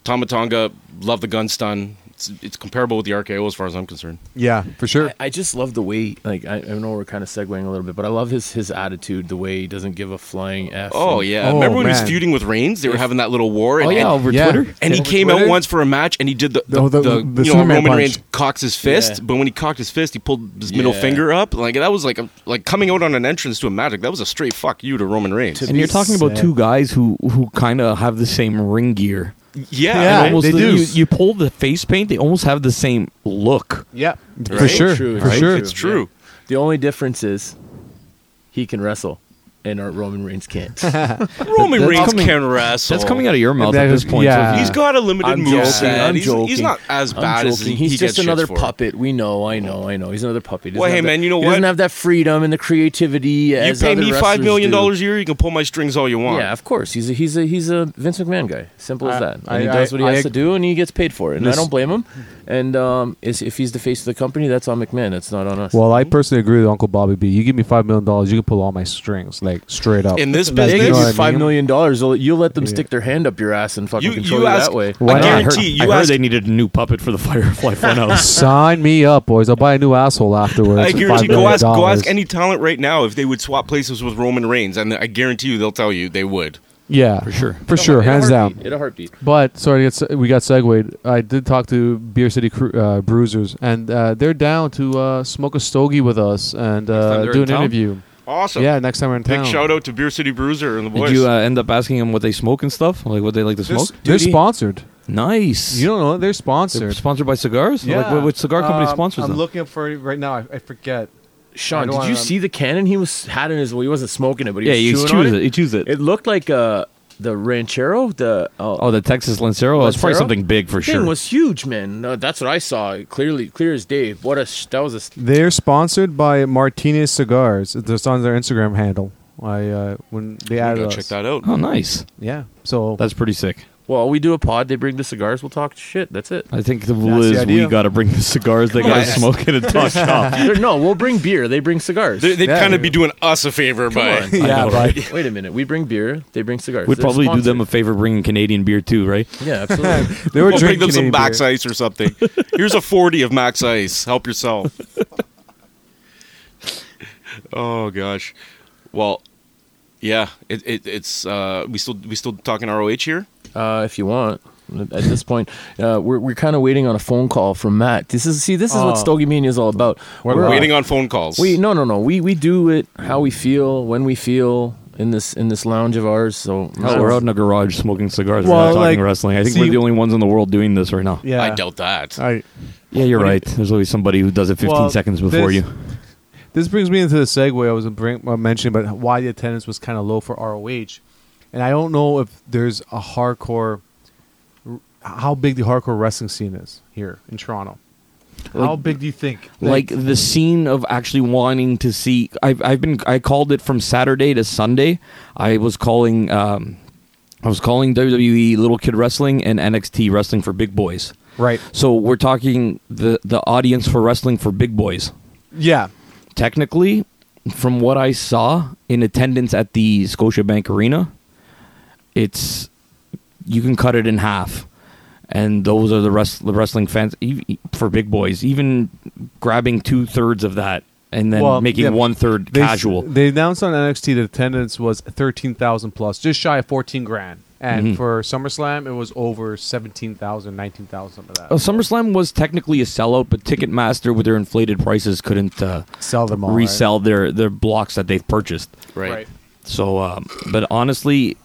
[SPEAKER 6] Tamatonga, love the gun stun. it's it's comparable with the RKO as far as I'm concerned.
[SPEAKER 4] Yeah, for sure.
[SPEAKER 1] I just love the way, like, I, I know we're kind of segueing a little bit, but I love his his attitude, the way he doesn't give a flying f.
[SPEAKER 6] Oh
[SPEAKER 1] and-
[SPEAKER 6] yeah,
[SPEAKER 4] Oh,
[SPEAKER 6] remember when he
[SPEAKER 4] man.
[SPEAKER 6] was feuding with Reigns? They were having that little war. And,
[SPEAKER 7] Oh yeah,
[SPEAKER 6] and-
[SPEAKER 7] over
[SPEAKER 4] Yeah.
[SPEAKER 7] Twitter.
[SPEAKER 6] and he
[SPEAKER 4] Over
[SPEAKER 6] came
[SPEAKER 4] Twitter?
[SPEAKER 6] out once for a match, and he did the the,
[SPEAKER 4] No, the-
[SPEAKER 6] the-
[SPEAKER 4] the
[SPEAKER 6] you know
[SPEAKER 4] Superman
[SPEAKER 6] Roman
[SPEAKER 4] punch.
[SPEAKER 6] Reigns cocks his fist,
[SPEAKER 1] Yeah.
[SPEAKER 6] but when he cocked his fist, he pulled his middle
[SPEAKER 1] Yeah.
[SPEAKER 6] finger up. Like that was like a, like coming out on an entrance to a magic. That was a straight fuck you to Roman Reigns.
[SPEAKER 7] And you're talking about
[SPEAKER 4] said.
[SPEAKER 7] two guys who who kind of have the same ring gear.
[SPEAKER 6] yeah,
[SPEAKER 4] Yeah.
[SPEAKER 6] right?
[SPEAKER 7] almost
[SPEAKER 4] they
[SPEAKER 7] the-
[SPEAKER 4] do.
[SPEAKER 7] You, you pull the face paint; they almost have the same look.
[SPEAKER 4] yeah, for
[SPEAKER 6] Right?
[SPEAKER 4] sure,
[SPEAKER 1] True,
[SPEAKER 4] for
[SPEAKER 1] right?
[SPEAKER 4] sure.
[SPEAKER 6] it's true.
[SPEAKER 1] The only difference is he can wrestle, and our Roman Reigns
[SPEAKER 6] (laughs)
[SPEAKER 1] can't.
[SPEAKER 6] Roman
[SPEAKER 7] That's
[SPEAKER 6] Reigns
[SPEAKER 7] coming-
[SPEAKER 6] can wrestle.
[SPEAKER 7] That's coming out of your mouth
[SPEAKER 4] That
[SPEAKER 7] at this
[SPEAKER 4] is-
[SPEAKER 7] point. so
[SPEAKER 4] yeah.
[SPEAKER 7] if
[SPEAKER 6] He's
[SPEAKER 7] you-
[SPEAKER 6] got a limited
[SPEAKER 1] I'm
[SPEAKER 6] moveset.
[SPEAKER 1] joking. I'm
[SPEAKER 6] he's,
[SPEAKER 1] joking.
[SPEAKER 6] he's not as
[SPEAKER 1] I'm
[SPEAKER 6] bad as
[SPEAKER 1] joking.
[SPEAKER 6] he,
[SPEAKER 1] he's
[SPEAKER 6] he
[SPEAKER 1] just
[SPEAKER 6] gets
[SPEAKER 1] another
[SPEAKER 6] shit for.
[SPEAKER 1] puppet. We know, I know, I know. He's another puppet. He
[SPEAKER 6] Well,
[SPEAKER 1] doesn't
[SPEAKER 6] hey,
[SPEAKER 1] have
[SPEAKER 6] man,
[SPEAKER 1] the-
[SPEAKER 6] you know
[SPEAKER 1] he doesn't
[SPEAKER 6] what?
[SPEAKER 1] have that freedom and the creativity.
[SPEAKER 6] You
[SPEAKER 1] as
[SPEAKER 6] pay
[SPEAKER 1] other
[SPEAKER 6] me
[SPEAKER 1] wrestlers
[SPEAKER 6] five million
[SPEAKER 1] do.
[SPEAKER 6] dollars a year, you can pull my strings all you want.
[SPEAKER 1] Yeah, of course. He's a he's a he's a Vince McMahon guy. Simple as
[SPEAKER 4] I-
[SPEAKER 1] that. And he
[SPEAKER 4] I-
[SPEAKER 1] does what he
[SPEAKER 4] I-
[SPEAKER 1] has
[SPEAKER 4] I-
[SPEAKER 1] to do, and he gets paid for it. And I
[SPEAKER 4] Listen-
[SPEAKER 1] don't blame him. And um, is if he's the face of the company, that's on McMahon. That's not on us.
[SPEAKER 4] Well, I personally agree with Uncle Bobby B. You give me five million dollars, you can pull all my strings, like straight up.
[SPEAKER 6] In this
[SPEAKER 1] they
[SPEAKER 6] business,
[SPEAKER 1] give
[SPEAKER 4] know
[SPEAKER 1] you
[SPEAKER 4] what I
[SPEAKER 1] five
[SPEAKER 4] mean?
[SPEAKER 1] million dollars. You'll, you'll let them
[SPEAKER 4] Yeah.
[SPEAKER 1] stick their hand up your ass and fucking
[SPEAKER 6] you,
[SPEAKER 1] control
[SPEAKER 6] you
[SPEAKER 1] you
[SPEAKER 6] ask.
[SPEAKER 1] that way.
[SPEAKER 4] Why
[SPEAKER 6] I
[SPEAKER 4] not?
[SPEAKER 7] I heard-
[SPEAKER 6] guarantee
[SPEAKER 7] I
[SPEAKER 6] you
[SPEAKER 7] heard
[SPEAKER 6] ask.
[SPEAKER 7] they needed a new puppet for the (laughs) Firefly Funhouse.
[SPEAKER 4] Sign me up, boys. I'll buy a new asshole afterwards.
[SPEAKER 6] I
[SPEAKER 4] for
[SPEAKER 6] guarantee.
[SPEAKER 4] $5
[SPEAKER 6] Go
[SPEAKER 4] million.
[SPEAKER 6] ask. Go ask any talent right now if they would swap places with Roman Reigns, and I guarantee you they'll tell you they would.
[SPEAKER 4] Yeah,
[SPEAKER 7] For sure.
[SPEAKER 4] for sure,
[SPEAKER 1] In a
[SPEAKER 4] hands
[SPEAKER 1] heartbeat,
[SPEAKER 4] down.
[SPEAKER 1] In a heartbeat.
[SPEAKER 4] But sorry, it's, we got segued. I did talk to Beer City Cru- uh, Bruisers, and uh, they're down to uh, smoke a stogie with us and
[SPEAKER 3] time
[SPEAKER 4] uh,
[SPEAKER 3] they're in
[SPEAKER 4] do an
[SPEAKER 3] town?
[SPEAKER 4] interview.
[SPEAKER 6] Awesome.
[SPEAKER 4] yeah, next time we're in
[SPEAKER 6] Big
[SPEAKER 4] town.
[SPEAKER 6] shout out to Beer City Bruiser and the boys.
[SPEAKER 7] Did you uh, end up asking them what they smoke and stuff? Like what they like to smoke?
[SPEAKER 4] They're
[SPEAKER 1] Duty.
[SPEAKER 4] sponsored.
[SPEAKER 7] nice.
[SPEAKER 4] You don't know they're
[SPEAKER 7] They're Um,
[SPEAKER 4] sponsored.
[SPEAKER 7] sponsored by cigars. Like, what, what cigar company
[SPEAKER 4] Um,
[SPEAKER 7] sponsors
[SPEAKER 4] I'm
[SPEAKER 7] them?
[SPEAKER 4] looking for it right now. I, I forget. I
[SPEAKER 1] Sean,
[SPEAKER 4] don't
[SPEAKER 1] did you
[SPEAKER 4] wanna-
[SPEAKER 1] see the cannon he was had in his? Well, he wasn't smoking it, but um, he
[SPEAKER 7] yeah,
[SPEAKER 1] was
[SPEAKER 7] you
[SPEAKER 1] chewing on
[SPEAKER 7] choose
[SPEAKER 1] it.
[SPEAKER 7] it. You choose it.
[SPEAKER 1] It looked like uh, the ranchero. The oh,
[SPEAKER 7] Oh, the Texas Lancero. It's probably
[SPEAKER 1] Lancero?
[SPEAKER 7] something big for
[SPEAKER 1] thing
[SPEAKER 7] sure.
[SPEAKER 1] was huge, man. No, that's what I saw. Clearly, clear as day. What a sh- that was a s-
[SPEAKER 4] They're sponsored by Martinez Cigars. It's on their Instagram handle. I uh, when they
[SPEAKER 6] Gotta
[SPEAKER 4] added us.
[SPEAKER 6] check that out.
[SPEAKER 7] oh, nice.
[SPEAKER 4] Yeah. So
[SPEAKER 7] That's pretty sick.
[SPEAKER 1] well. We do a pod. They bring the cigars. We'll talk shit. That's it.
[SPEAKER 7] I think the
[SPEAKER 4] the
[SPEAKER 7] rule is we
[SPEAKER 4] idea.
[SPEAKER 7] got to bring the cigars. They got to
[SPEAKER 6] on.
[SPEAKER 7] smoke it and talk shop.
[SPEAKER 1] They're- no, we'll bring beer. They bring cigars.
[SPEAKER 6] They, would
[SPEAKER 4] Yeah.
[SPEAKER 6] kind of be doing us a favor (laughs) by.
[SPEAKER 1] on.
[SPEAKER 4] yeah,
[SPEAKER 7] know,
[SPEAKER 1] (laughs)
[SPEAKER 4] but
[SPEAKER 1] Wait a minute. We bring beer. They bring cigars.
[SPEAKER 7] We'd
[SPEAKER 1] They're
[SPEAKER 7] probably do them a
[SPEAKER 1] sponsored.
[SPEAKER 7] favor bringing Canadian beer too, right?
[SPEAKER 1] yeah, absolutely.
[SPEAKER 7] (laughs)
[SPEAKER 4] they were
[SPEAKER 6] We'll bring
[SPEAKER 4] drinking
[SPEAKER 6] them some
[SPEAKER 4] Canadian
[SPEAKER 6] Max
[SPEAKER 4] beer.
[SPEAKER 6] Ice or something. Here's a forty of Max Ice. Help yourself. (laughs) oh gosh. Well, yeah. It, it, it's uh, we still we still talking ROH here.
[SPEAKER 1] uh, if you want. At this point, uh, we're we're kind of waiting on a phone call from Matt. This is see, this is
[SPEAKER 4] Oh.
[SPEAKER 1] what Stogie Mania is all about.
[SPEAKER 4] We're
[SPEAKER 1] We're, uh,
[SPEAKER 6] Waiting on phone calls.
[SPEAKER 1] We no no no. We we do it how we feel when we feel in this in this lounge of ours. So
[SPEAKER 7] Hell, we're out in a garage smoking cigars.
[SPEAKER 4] Well,
[SPEAKER 7] we're not talking
[SPEAKER 4] like,
[SPEAKER 7] wrestling. I think
[SPEAKER 4] see-
[SPEAKER 7] we're the only ones in the world doing this right now.
[SPEAKER 4] Yeah.
[SPEAKER 6] I doubt that.
[SPEAKER 4] I-
[SPEAKER 7] Yeah, you're right. There's always somebody who does it 15
[SPEAKER 4] Well,
[SPEAKER 7] seconds before
[SPEAKER 4] this-
[SPEAKER 7] you.
[SPEAKER 4] This brings me into the segue I was bring, uh, mentioning about why the attendance was kind of low for ROH, and I don't know if there's a hardcore, how big the hardcore wrestling scene is here in Toronto. how big do you think?
[SPEAKER 7] like the scene of actually wanting to see I've, I've been i called it from saturday to sunday i was calling um, i was calling wwe little kid wrestling and nxt wrestling for big boys
[SPEAKER 4] right?
[SPEAKER 7] so we're talking the the audience for wrestling for big boys
[SPEAKER 4] Yeah,
[SPEAKER 7] technically from what i saw in attendance at the scotiabank arena it's you can cut it in half and those are the rest the wrestling fans ev- for big boys even grabbing two thirds of that and then
[SPEAKER 4] Well,
[SPEAKER 7] making
[SPEAKER 4] yeah,
[SPEAKER 7] one third
[SPEAKER 4] They-
[SPEAKER 7] casual
[SPEAKER 4] They announced on NXT that attendance was thirteen thousand plus, just shy of fourteen grand, and
[SPEAKER 7] Mhm.
[SPEAKER 4] for SummerSlam it was over 17,000, 19,000 something like
[SPEAKER 7] Uh,
[SPEAKER 4] that.
[SPEAKER 7] SummerSlam was technically a sellout, but Ticketmaster, with their inflated prices, couldn't uh,
[SPEAKER 4] Sell them all, right?
[SPEAKER 7] resell their, their blocks that they've purchased. So, um, but honestly,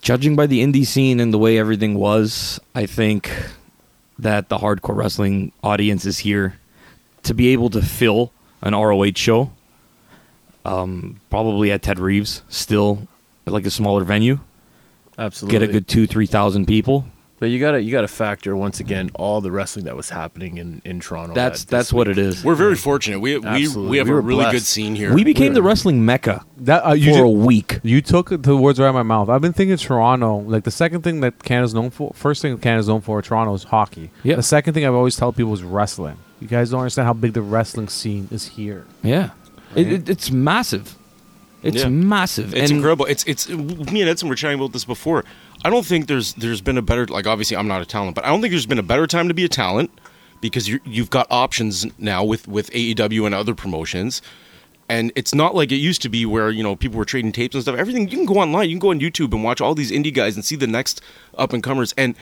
[SPEAKER 7] judging by the indie scene and the way everything was, I think that the hardcore wrestling audience is here to be able to fill an ROH show, um, probably at Ted Reeves, still at, like a smaller venue,
[SPEAKER 1] absolutely
[SPEAKER 7] get a good two, three thousand people.
[SPEAKER 1] But you gotta you gotta factor once again all the wrestling that was happening in in Toronto.
[SPEAKER 7] That's
[SPEAKER 1] that this
[SPEAKER 7] that's what it is.
[SPEAKER 6] We're very fortunate. We we,
[SPEAKER 1] Absolutely.
[SPEAKER 6] we have
[SPEAKER 1] We
[SPEAKER 6] a
[SPEAKER 1] were
[SPEAKER 6] really
[SPEAKER 1] blessed.
[SPEAKER 6] good scene here.
[SPEAKER 7] We became the wrestling mecca
[SPEAKER 4] That uh,
[SPEAKER 7] for
[SPEAKER 4] you ju-
[SPEAKER 7] a week.
[SPEAKER 4] You took the words right out of my mouth. I've been thinking Toronto. Like the second thing that Canada's known for, first thing Canada's known for, Toronto is hockey.
[SPEAKER 7] Yeah.
[SPEAKER 4] The second thing I've always tell people is wrestling. You guys don't understand how big the wrestling scene is here.
[SPEAKER 7] Yeah, it, it, it's massive. It's
[SPEAKER 6] Yeah.
[SPEAKER 7] massive.
[SPEAKER 6] It's
[SPEAKER 7] and
[SPEAKER 6] incredible. It's it's me and Edson were chatting about this before. I don't think there's there's been a better like obviously I'm not a talent, but I don't think there's been a better time to be a talent because you you've got options now with with AEW and other promotions. And it's not like it used to be where, you know, people were trading tapes and stuff. Everything you can go online, you can go on YouTube and watch all these indie guys and see the next up and comers and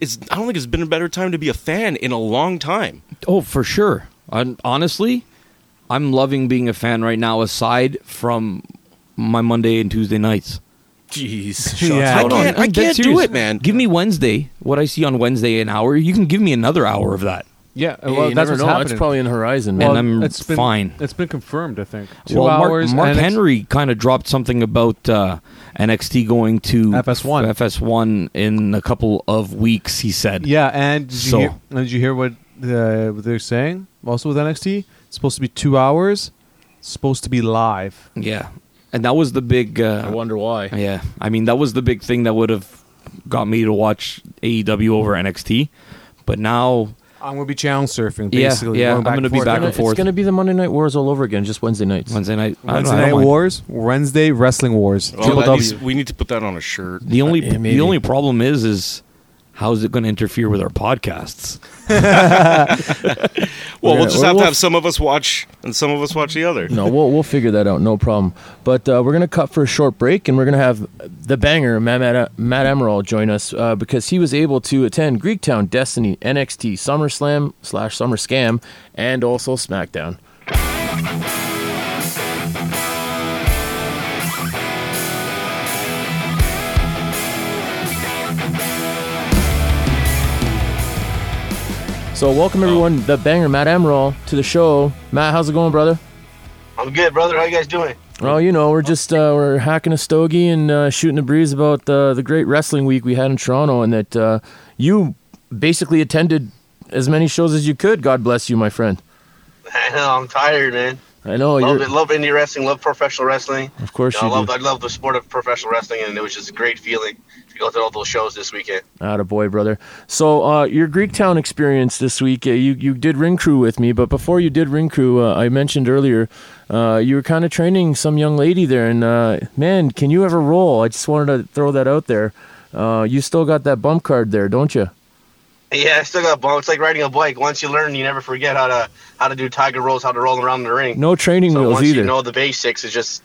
[SPEAKER 6] it's I don't think it's been a better time to be a fan in a long time.
[SPEAKER 7] Oh, for sure. i honestly, I'm loving being a fan right now. Aside from my Monday and Tuesday nights,
[SPEAKER 4] (laughs)
[SPEAKER 6] Jeez.
[SPEAKER 4] Yeah.
[SPEAKER 6] I
[SPEAKER 4] Hold
[SPEAKER 6] can't I
[SPEAKER 7] I'm dead
[SPEAKER 6] can't do
[SPEAKER 7] serious.
[SPEAKER 6] it, man.
[SPEAKER 7] Give me Wednesday, what I see on Wednesday, an hour. You can give me another hour of that.
[SPEAKER 4] Yeah,
[SPEAKER 1] Hey,
[SPEAKER 4] well,
[SPEAKER 1] you
[SPEAKER 4] that's
[SPEAKER 1] never
[SPEAKER 4] what's
[SPEAKER 1] know.
[SPEAKER 4] happening.
[SPEAKER 1] That's probably in the horizon, man.
[SPEAKER 7] Well, I'm
[SPEAKER 4] it's been,
[SPEAKER 7] fine.
[SPEAKER 4] It's been confirmed, I think. Two
[SPEAKER 7] well, Mark-
[SPEAKER 4] hours.
[SPEAKER 7] Mark,
[SPEAKER 4] and it's-
[SPEAKER 7] Henry kind of dropped something about uh, NXT going to
[SPEAKER 4] FS1.
[SPEAKER 7] FS1 in a couple of weeks. He said,
[SPEAKER 4] Yeah, and did you
[SPEAKER 7] So-
[SPEAKER 4] hear, and did you hear what, uh, what they're saying? Also with NXT, it's supposed to be two hours. It's supposed to be live.
[SPEAKER 7] yeah." And that was the big. Uh,
[SPEAKER 1] I wonder why.
[SPEAKER 7] Yeah, I mean that was the big thing that would have got me to watch AEW over NXT, but now
[SPEAKER 4] I'm gonna be channel surfing.
[SPEAKER 7] Yeah,
[SPEAKER 4] Basically,
[SPEAKER 7] yeah,
[SPEAKER 4] going
[SPEAKER 7] I'm gonna
[SPEAKER 4] and
[SPEAKER 7] be
[SPEAKER 4] forth.
[SPEAKER 7] back and
[SPEAKER 1] It's
[SPEAKER 7] forth.
[SPEAKER 1] going to be the Monday Night Wars all over again, just Wednesday nights.
[SPEAKER 7] Wednesday night, I don't know,
[SPEAKER 4] Wednesday
[SPEAKER 7] I don't
[SPEAKER 4] Night
[SPEAKER 7] mind.
[SPEAKER 4] Wars, Wednesday Wrestling Wars,
[SPEAKER 6] Well,
[SPEAKER 4] Triple
[SPEAKER 6] that
[SPEAKER 4] W.
[SPEAKER 6] needs- we need to put that on a shirt.
[SPEAKER 7] The
[SPEAKER 4] Uh,
[SPEAKER 7] only
[SPEAKER 1] Yeah, maybe.
[SPEAKER 7] the only problem is is how is it going to interfere with our podcasts?
[SPEAKER 6] Well,
[SPEAKER 1] We're
[SPEAKER 6] we'll
[SPEAKER 1] gonna-
[SPEAKER 6] just have
[SPEAKER 1] we'll-
[SPEAKER 6] to have some of us watch and some of us watch the other.
[SPEAKER 1] (laughs) No, we'll we'll figure that out. No problem. But uh, we're gonna cut for a short break, and we're gonna have the banger Matt Matt Emerald join us uh, because he was able to attend Greektown, Destiny, NXT, SummerSlam slash Summer Scam, and also SmackDown. So welcome everyone, the banger Matt Emerald to the show. Matt, how's it going, brother?
[SPEAKER 8] I'm good, brother. How you guys doing?
[SPEAKER 1] Well, you know, we're just uh, we're hacking a stogie and uh, shooting the breeze about uh, the great wrestling week we had in Toronto, and that uh, you basically attended as many shows as you could. God bless you, my friend.
[SPEAKER 8] I know, (laughs) I'm tired, man.
[SPEAKER 1] I know
[SPEAKER 8] Love
[SPEAKER 1] Oh, you're.
[SPEAKER 8] it. Love indie wrestling. Love professional wrestling.
[SPEAKER 1] Of course
[SPEAKER 8] You know, I
[SPEAKER 1] you
[SPEAKER 8] love
[SPEAKER 1] do.
[SPEAKER 8] I love the sport of professional wrestling, and it was just a great feeling to go to all those shows this weekend.
[SPEAKER 1] Out boy, brother. So uh, your Greektown experience this week, uh, you you did ring crew with me, but before you did ring crew, uh, I mentioned earlier uh, you were kind of training some young lady there, and uh, man, can you ever roll? I just wanted to throw that out there. Uh, you still got that bump card there, don't you?
[SPEAKER 8] Yeah, I still got bumps. It's like riding a bike. Once you learn, you never forget how to how to do tiger rolls, how to roll around in the ring.
[SPEAKER 1] No training
[SPEAKER 8] so
[SPEAKER 1] wheels
[SPEAKER 8] once
[SPEAKER 1] either.
[SPEAKER 8] you know the basics, it's just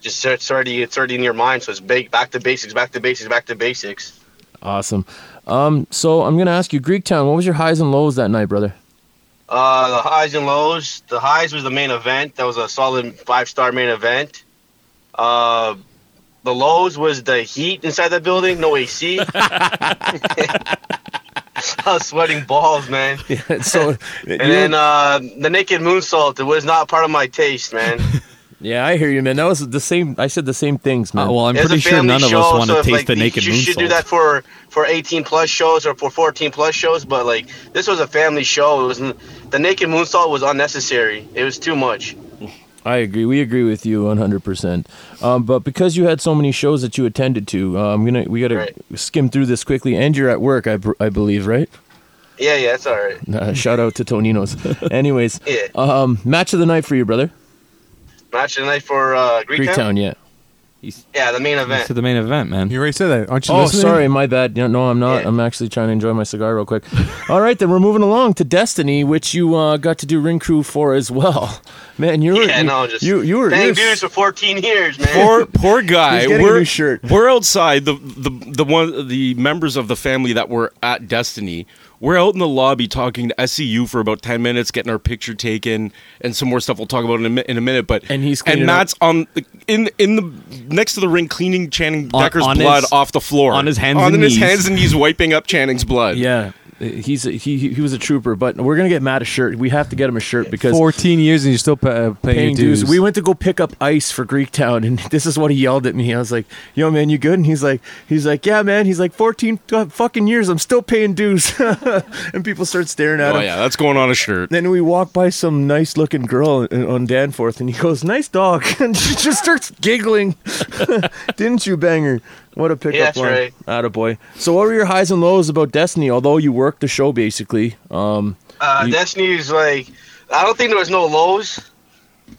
[SPEAKER 8] just it's already it's already in your mind. So it's ba- back to basics, back to basics, back to basics.
[SPEAKER 1] Awesome. Um, so I'm gonna ask you, Greektown. What was your highs and lows that night,
[SPEAKER 7] (laughs)
[SPEAKER 1] brother? (laughs)
[SPEAKER 8] Uh, the highs and lows. The highs was the main event. That was a solid five star main event. Uh, the lows was the heat inside that building.
[SPEAKER 7] (laughs)
[SPEAKER 8] No (laughs) AC. I was sweating balls,
[SPEAKER 7] (laughs)
[SPEAKER 8] man.
[SPEAKER 1] so,
[SPEAKER 8] And then uh, the naked moonsault. It was not part of my taste, man.
[SPEAKER 1] yeah, I hear you, man. That was the same. I said the same things, man.
[SPEAKER 7] Uh, well, (laughs) I'm
[SPEAKER 8] It's
[SPEAKER 7] pretty
[SPEAKER 8] a
[SPEAKER 7] sure
[SPEAKER 8] family
[SPEAKER 7] none of
[SPEAKER 8] show,
[SPEAKER 7] us want to
[SPEAKER 8] so if,
[SPEAKER 7] taste
[SPEAKER 8] like,
[SPEAKER 7] the naked
[SPEAKER 8] You should do
[SPEAKER 7] moonsault.
[SPEAKER 8] that for for 18 plus shows or for 14 plus shows. But like this was a family show. It was the naked moonsault was unnecessary. It was too much.
[SPEAKER 1] I agree. We agree with you 100. percent um, But because you had so many shows that you attended to, uh, I'm gonna we gotta
[SPEAKER 8] Right.
[SPEAKER 1] skim through this quickly. And you're at work, I, br- I believe, right? (laughs)
[SPEAKER 8] Yeah, yeah, it's all right.
[SPEAKER 1] Uh, shout out to
[SPEAKER 8] (laughs)
[SPEAKER 1] Tonino's. Anyways,
[SPEAKER 8] Yeah.
[SPEAKER 6] Uh-huh.
[SPEAKER 1] um, match of the night for you, brother.
[SPEAKER 8] Match of the night for uh, Greektown?
[SPEAKER 1] Greektown, yeah.
[SPEAKER 8] Yeah, the main event.
[SPEAKER 7] to the main event, man.
[SPEAKER 4] You already said that, aren't you?
[SPEAKER 1] Oh,
[SPEAKER 4] listening?
[SPEAKER 1] sorry, my bad. No, no, I'm not.
[SPEAKER 8] Yeah.
[SPEAKER 1] I'm actually trying to enjoy my cigar real quick. (laughs) All right, then we're moving along to Destiny, which you uh, got to do ring crew for as well. (laughs) Man, you were
[SPEAKER 8] Yeah,
[SPEAKER 1] you,
[SPEAKER 8] no, just
[SPEAKER 1] you you were
[SPEAKER 8] dang
[SPEAKER 1] you
[SPEAKER 8] dudes for 14 years, man.
[SPEAKER 1] (laughs)
[SPEAKER 6] Poor poor guy.
[SPEAKER 1] He's getting a
[SPEAKER 6] we're
[SPEAKER 1] new shirt.
[SPEAKER 6] we're outside the, the the one the members of the family that were at Destiny. We're out in the lobby talking to SCU for about ten minutes, getting our picture taken, and some more stuff we'll talk about in a, mi- in a minute. But
[SPEAKER 1] And he's
[SPEAKER 6] and
[SPEAKER 1] cleaning up.
[SPEAKER 6] Matt's on the, in in the next to the ring, cleaning Channing
[SPEAKER 7] On-
[SPEAKER 6] Decker's
[SPEAKER 7] on
[SPEAKER 6] blood
[SPEAKER 7] his-
[SPEAKER 6] off the floor
[SPEAKER 7] on his hands
[SPEAKER 6] on
[SPEAKER 7] and
[SPEAKER 6] his
[SPEAKER 7] knees.
[SPEAKER 6] hands and knees, wiping up Channing's blood.
[SPEAKER 1] Yeah, he's a, he he was a trooper, but we're gonna get Matt a shirt. We have to get him a shirt because.
[SPEAKER 4] 14 years and you're still pa- uh, paying,
[SPEAKER 1] Paying
[SPEAKER 4] your dues.
[SPEAKER 1] dues. We went to go pick up ice for Greektown, and (laughs) this is what he yelled at me. I was like, "Yo, man, you good?" And he's like, "He's like, yeah, man." He's like, "14 fucking years, I'm still paying dues," (laughs) and people start staring at
[SPEAKER 6] Oh
[SPEAKER 1] him.
[SPEAKER 6] yeah, that's going on a shirt.
[SPEAKER 1] Then we walk by some nice looking girl in- on Danforth, and he goes, "Nice dog," (laughs) and she just starts giggling. (laughs) Didn't you, banger? What a pickup
[SPEAKER 8] Yeah, that's
[SPEAKER 1] line!
[SPEAKER 8] right.
[SPEAKER 1] Atta boy. So, what were your highs and lows about Destiny? Although you worked the show, basically. Um,
[SPEAKER 8] Uh,
[SPEAKER 1] You-
[SPEAKER 8] Destiny is like, I don't think there was no lows.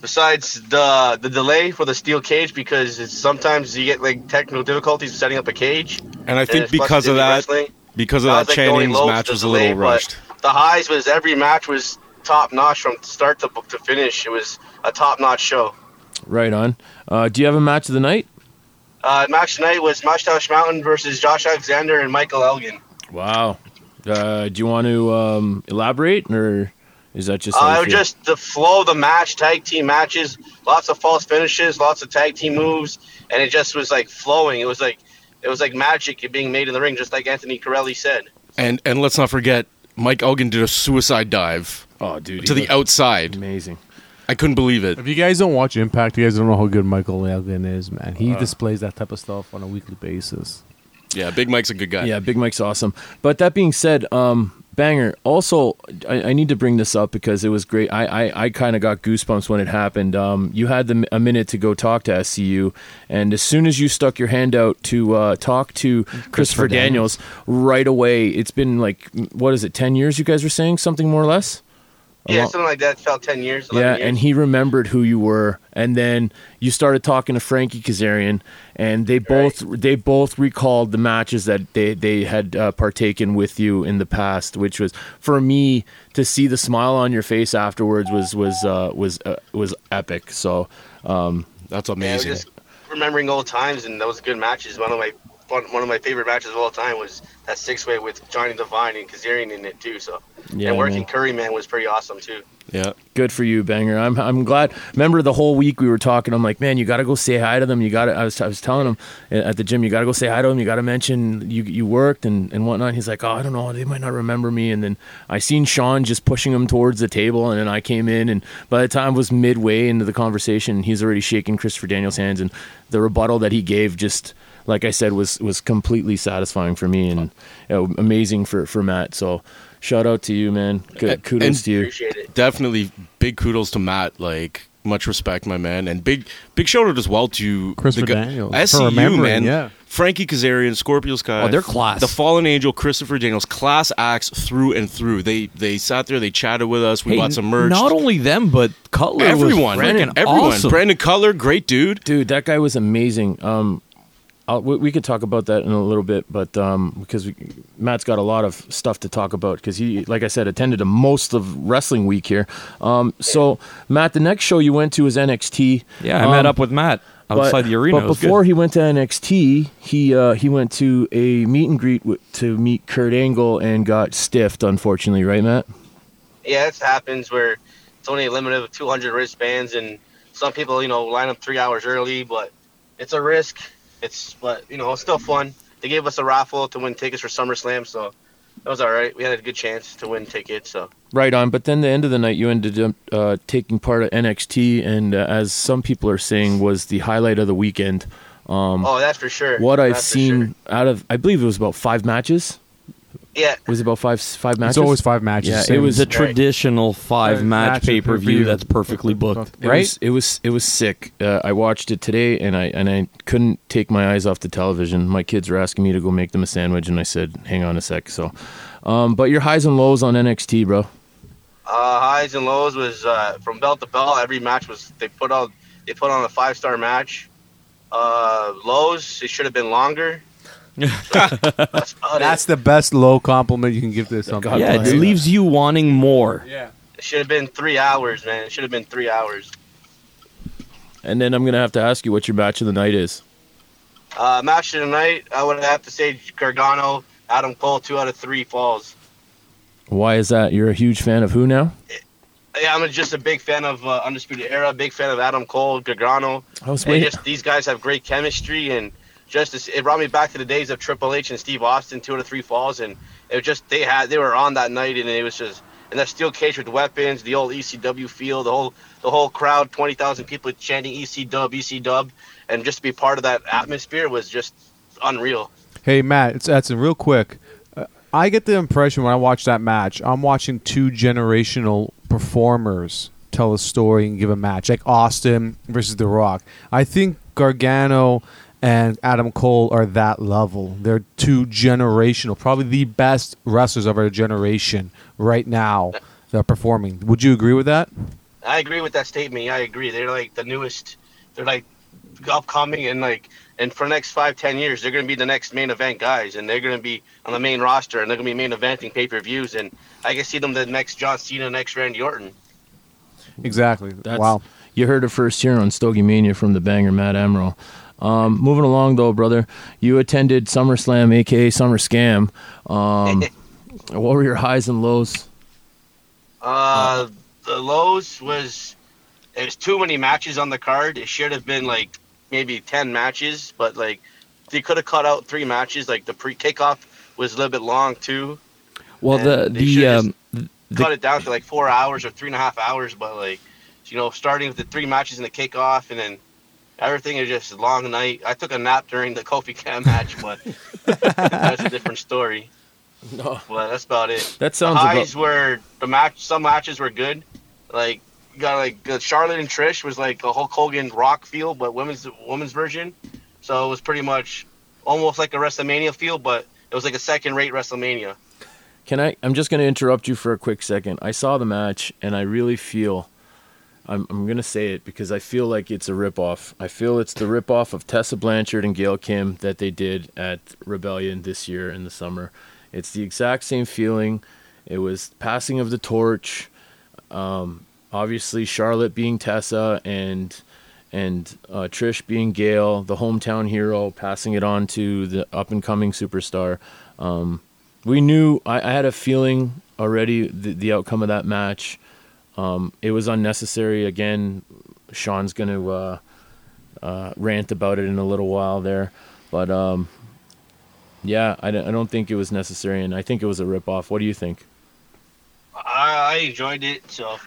[SPEAKER 8] Besides the the delay for the steel cage because it's, sometimes you get like technical difficulties setting up a cage.
[SPEAKER 6] And I think
[SPEAKER 8] it's plus
[SPEAKER 6] because of
[SPEAKER 8] indie
[SPEAKER 6] that,
[SPEAKER 8] wrestling.
[SPEAKER 6] because of
[SPEAKER 8] I
[SPEAKER 6] that,
[SPEAKER 8] was, like, going
[SPEAKER 6] Channing's
[SPEAKER 8] low
[SPEAKER 6] match
[SPEAKER 8] to
[SPEAKER 6] was a
[SPEAKER 8] delay,
[SPEAKER 6] little
[SPEAKER 8] but
[SPEAKER 6] rushed.
[SPEAKER 8] The highs was every match was top notch from start to to finish. It was a top notch show.
[SPEAKER 1] Right on. Uh, do you have a match of the night?
[SPEAKER 8] Uh, match tonight was Mustache Mountain versus Josh Alexander and Michael Elgin.
[SPEAKER 1] Wow. Uh, do you want to um, elaborate, or is that just? how you
[SPEAKER 8] Uh,
[SPEAKER 1] feel?
[SPEAKER 8] just the flow of the match, tag team matches, lots of false finishes, lots of tag team moves, and it just was like flowing. It was like it was like magic being made in the ring, just like Anthony Corelli said.
[SPEAKER 6] And and let's not forget, Mike Elgin did a suicide dive
[SPEAKER 1] Oh, dude,
[SPEAKER 6] to
[SPEAKER 1] he
[SPEAKER 6] the
[SPEAKER 1] looked
[SPEAKER 6] outside.
[SPEAKER 1] amazing.
[SPEAKER 6] I couldn't believe it.
[SPEAKER 4] If you guys don't watch Impact, you guys don't know how good Michael Elgin is, man. He displays that type of stuff on a weekly basis.
[SPEAKER 6] Yeah, Big Mike's a good guy.
[SPEAKER 1] Yeah, Big Mike's awesome. But that being said, um, Banger. Also, I, I need to bring this up because it was great. I I, I kind of got goosebumps when it happened. Um, you had the, m- a minute to go talk to SCU, and as soon as you stuck your hand out to uh, talk to Christopher, Daniels, right away. It's been like what is it? Ten years? You guys were saying something more or less. A
[SPEAKER 8] Yeah,
[SPEAKER 1] lo-
[SPEAKER 8] something like that. Felt ten years. 11
[SPEAKER 1] yeah,
[SPEAKER 8] years.
[SPEAKER 1] and he remembered who you were, and then you started talking to Frankie Kazarian, and they both they both recalled the matches that they they had uh, partaken with you in the past, which was for me to see the smile on your face afterwards was was uh, was uh, was epic. So
[SPEAKER 6] That's
[SPEAKER 8] Yeah, it was
[SPEAKER 6] amazing.
[SPEAKER 8] just remembering old times, and those good matches. One of my one, one of my favorite matches of all time was that six way with Johnny Devine and Kazarian in it too. So
[SPEAKER 1] Yeah,
[SPEAKER 8] and working
[SPEAKER 1] man.
[SPEAKER 8] Curry Man was pretty awesome too.
[SPEAKER 6] yeah.
[SPEAKER 1] good for you, Banger. I'm I'm glad. Remember the whole week we were talking. I'm like, man, you got to go say hi to them. You got to. I was I was telling him uh, at the gym, you got to go say hi to them. You got to mention you you worked and and whatnot. He's like, oh, I don't know, they might not remember me. And then I seen Sean just pushing him towards the table, and then I came in, and by the time I was midway into the conversation, he's already shaking Christopher Daniels' hands, and the rebuttal that he gave just. Like I said, was was completely satisfying for me and uh, amazing for, for Matt. So, shout out to you, man. Good,
[SPEAKER 6] And-
[SPEAKER 1] kudos
[SPEAKER 6] and-
[SPEAKER 1] to you.
[SPEAKER 8] Appreciate it.
[SPEAKER 6] Definitely big kudos to Matt. Like much respect, my man, and big big shout out as well to
[SPEAKER 4] Christopher
[SPEAKER 6] the guy-
[SPEAKER 4] Daniels for
[SPEAKER 6] SCU
[SPEAKER 4] remembering,
[SPEAKER 6] man.
[SPEAKER 4] yeah.
[SPEAKER 6] Frankie Kazarian, Scorpio Sky.
[SPEAKER 7] Oh, they're class.
[SPEAKER 6] The Fallen Angel, Christopher Daniels, class acts through and through. They they sat there, they chatted with us. We
[SPEAKER 7] Hey,
[SPEAKER 6] bought some merch.
[SPEAKER 7] Not only them, but Cutler.
[SPEAKER 6] everyone,
[SPEAKER 7] was freaking
[SPEAKER 6] everyone.
[SPEAKER 7] awesome.
[SPEAKER 6] Brandon Cutler, great dude.
[SPEAKER 1] dude that guy was amazing um I'll, we, we could talk about that in a little bit but um because we, matt's got a lot of stuff to talk about because he like i said attended to most of wrestling week here um so matt the next show you went to was nxt
[SPEAKER 7] yeah, I
[SPEAKER 1] Um,
[SPEAKER 7] met up with Matt outside the arena. It
[SPEAKER 1] but
[SPEAKER 7] was good.
[SPEAKER 1] before he went to NXT, he uh, he went to a meet and greet with, to meet Kurt Angle and got stiffed, unfortunately, right, Matt?
[SPEAKER 8] yeah, it happens where it's only a limit of 200 wristbands, and some people, you know, line up three hours early, but it's a risk. It's, but, you know, it's still fun. They gave us a raffle to win tickets for SummerSlam, so that was all right. We had a good chance to win tickets, so.
[SPEAKER 1] Right on. But then the end of the night, you ended up uh, taking part of NXT, and uh, as some people are saying, was the highlight of the weekend.
[SPEAKER 8] Oh, that's for sure.
[SPEAKER 1] Um, What I've
[SPEAKER 8] That's for
[SPEAKER 1] seen
[SPEAKER 8] sure.
[SPEAKER 1] out of, I believe it was about five matches.
[SPEAKER 8] Yeah,
[SPEAKER 1] Was it about five five matches?
[SPEAKER 4] It's always five matches.
[SPEAKER 1] Yeah, it
[SPEAKER 4] same
[SPEAKER 1] was
[SPEAKER 7] the
[SPEAKER 1] a
[SPEAKER 4] as-
[SPEAKER 7] traditional five
[SPEAKER 4] Right,
[SPEAKER 7] match
[SPEAKER 4] match
[SPEAKER 7] pay per view
[SPEAKER 4] pay-per-view.
[SPEAKER 7] that's perfectly booked.
[SPEAKER 1] It was, it was it was sick. Uh, I watched it today, and I and I couldn't take my eyes off the television. My kids were asking me to go make them a sandwich, and I said, "Hang on a sec." So, um, but your highs and lows on NXT, bro.
[SPEAKER 8] Uh, highs and lows was uh, from belt to belt. Every match was they put on they put on a five star match. Uh, lows it should have been longer. that's, about it.
[SPEAKER 4] That's the best low compliment you can give to something.
[SPEAKER 1] God
[SPEAKER 7] yeah,
[SPEAKER 1] bless
[SPEAKER 7] it
[SPEAKER 1] you.
[SPEAKER 7] leaves you wanting more.
[SPEAKER 8] It should have been three hours, man. It should have been three hours.
[SPEAKER 1] And then I'm gonna have to ask you what your match of the night is.
[SPEAKER 8] Uh, match of the night, I would have to say Gargano, Adam Cole, two out of three falls.
[SPEAKER 1] Why is that? You're a huge fan of who now?
[SPEAKER 8] Yeah, I'm just a big fan of uh, Undisputed Era, big fan of Adam Cole, Gargano.
[SPEAKER 1] I was
[SPEAKER 8] And
[SPEAKER 1] waiting.
[SPEAKER 8] just these guys have great chemistry and just this, it brought me back to the days of Triple H and Steve Austin, two out of three falls, and it was just they had they were on that night and it was just and that steel cage with weapons, the old ECW feel, the whole the whole crowd, twenty thousand people chanting E EC Dub, EC Dub, and just to be part of that atmosphere was just unreal.
[SPEAKER 4] Hey Matt, it's Edson. Real quick, Uh, I get the impression when I watch that match, I'm watching two generational performers tell a story and give a match, like Austin versus The Rock. I think Gargano and Adam Cole are that level. They're two generational, probably the best wrestlers of our generation right now that are performing. Would you agree with that?
[SPEAKER 8] I agree with that statement. Yeah, I agree. They're like the newest. They're like upcoming and like and for the next five ten years they're going to be the next main event guys and they're going to be on the main roster and they're going to be main eventing pay per views and I can see them the next John Cena, next Randy Orton.
[SPEAKER 4] Exactly.
[SPEAKER 1] That's,
[SPEAKER 4] wow.
[SPEAKER 1] You heard it first here on Stogie Mania from the banger Matt Emerald. Um, moving along though, brother, you attended SummerSlam, aka Summer Scam.
[SPEAKER 8] (laughs)
[SPEAKER 1] Um, what were your highs and lows?
[SPEAKER 8] Uh, the lows was it was too many matches on the card. It should have been like maybe ten matches, but like they could have cut out three matches. Like the pre kickoff was a little bit long too.
[SPEAKER 7] Well, the
[SPEAKER 8] And they
[SPEAKER 7] the
[SPEAKER 8] should've
[SPEAKER 7] um, The-
[SPEAKER 8] cut it down to like four hours or three and a half hours, but like you know, starting with the three matches and the kickoff and then everything is just a long night. I took a nap during the Kofi Cam match,
[SPEAKER 7] (laughs)
[SPEAKER 8] but that's a different story.
[SPEAKER 1] No.
[SPEAKER 8] Well, that's about it.
[SPEAKER 1] That sounds
[SPEAKER 8] Highs
[SPEAKER 1] about
[SPEAKER 8] were the match some matches were good. Like you got like uh, Charlotte and Trish was like a Hulk Hogan rock feel, but women's women's version. So it was pretty much almost like a WrestleMania feel, but it was like a second rate WrestleMania.
[SPEAKER 1] Can I? I'm just going to interrupt you for a quick second. I saw the match, and I really feel. I'm, I'm going to say it because I feel like it's a ripoff. I feel it's the ripoff of Tessa Blanchard and Gail Kim that they did at Rebellion this year in the summer. It's the exact same feeling. It was passing of the torch. Um, obviously, Charlotte being Tessa and and uh, Trish being Gail, the hometown hero, passing it on to the up and coming superstar we knew I, I had a feeling already the, the outcome of that match um, it was unnecessary again sean's going to uh, uh, rant about it in a little while there but um, yeah I, don't- I don't think it was necessary and i think it was a ripoff what do you think
[SPEAKER 8] I, I enjoyed it. So uh,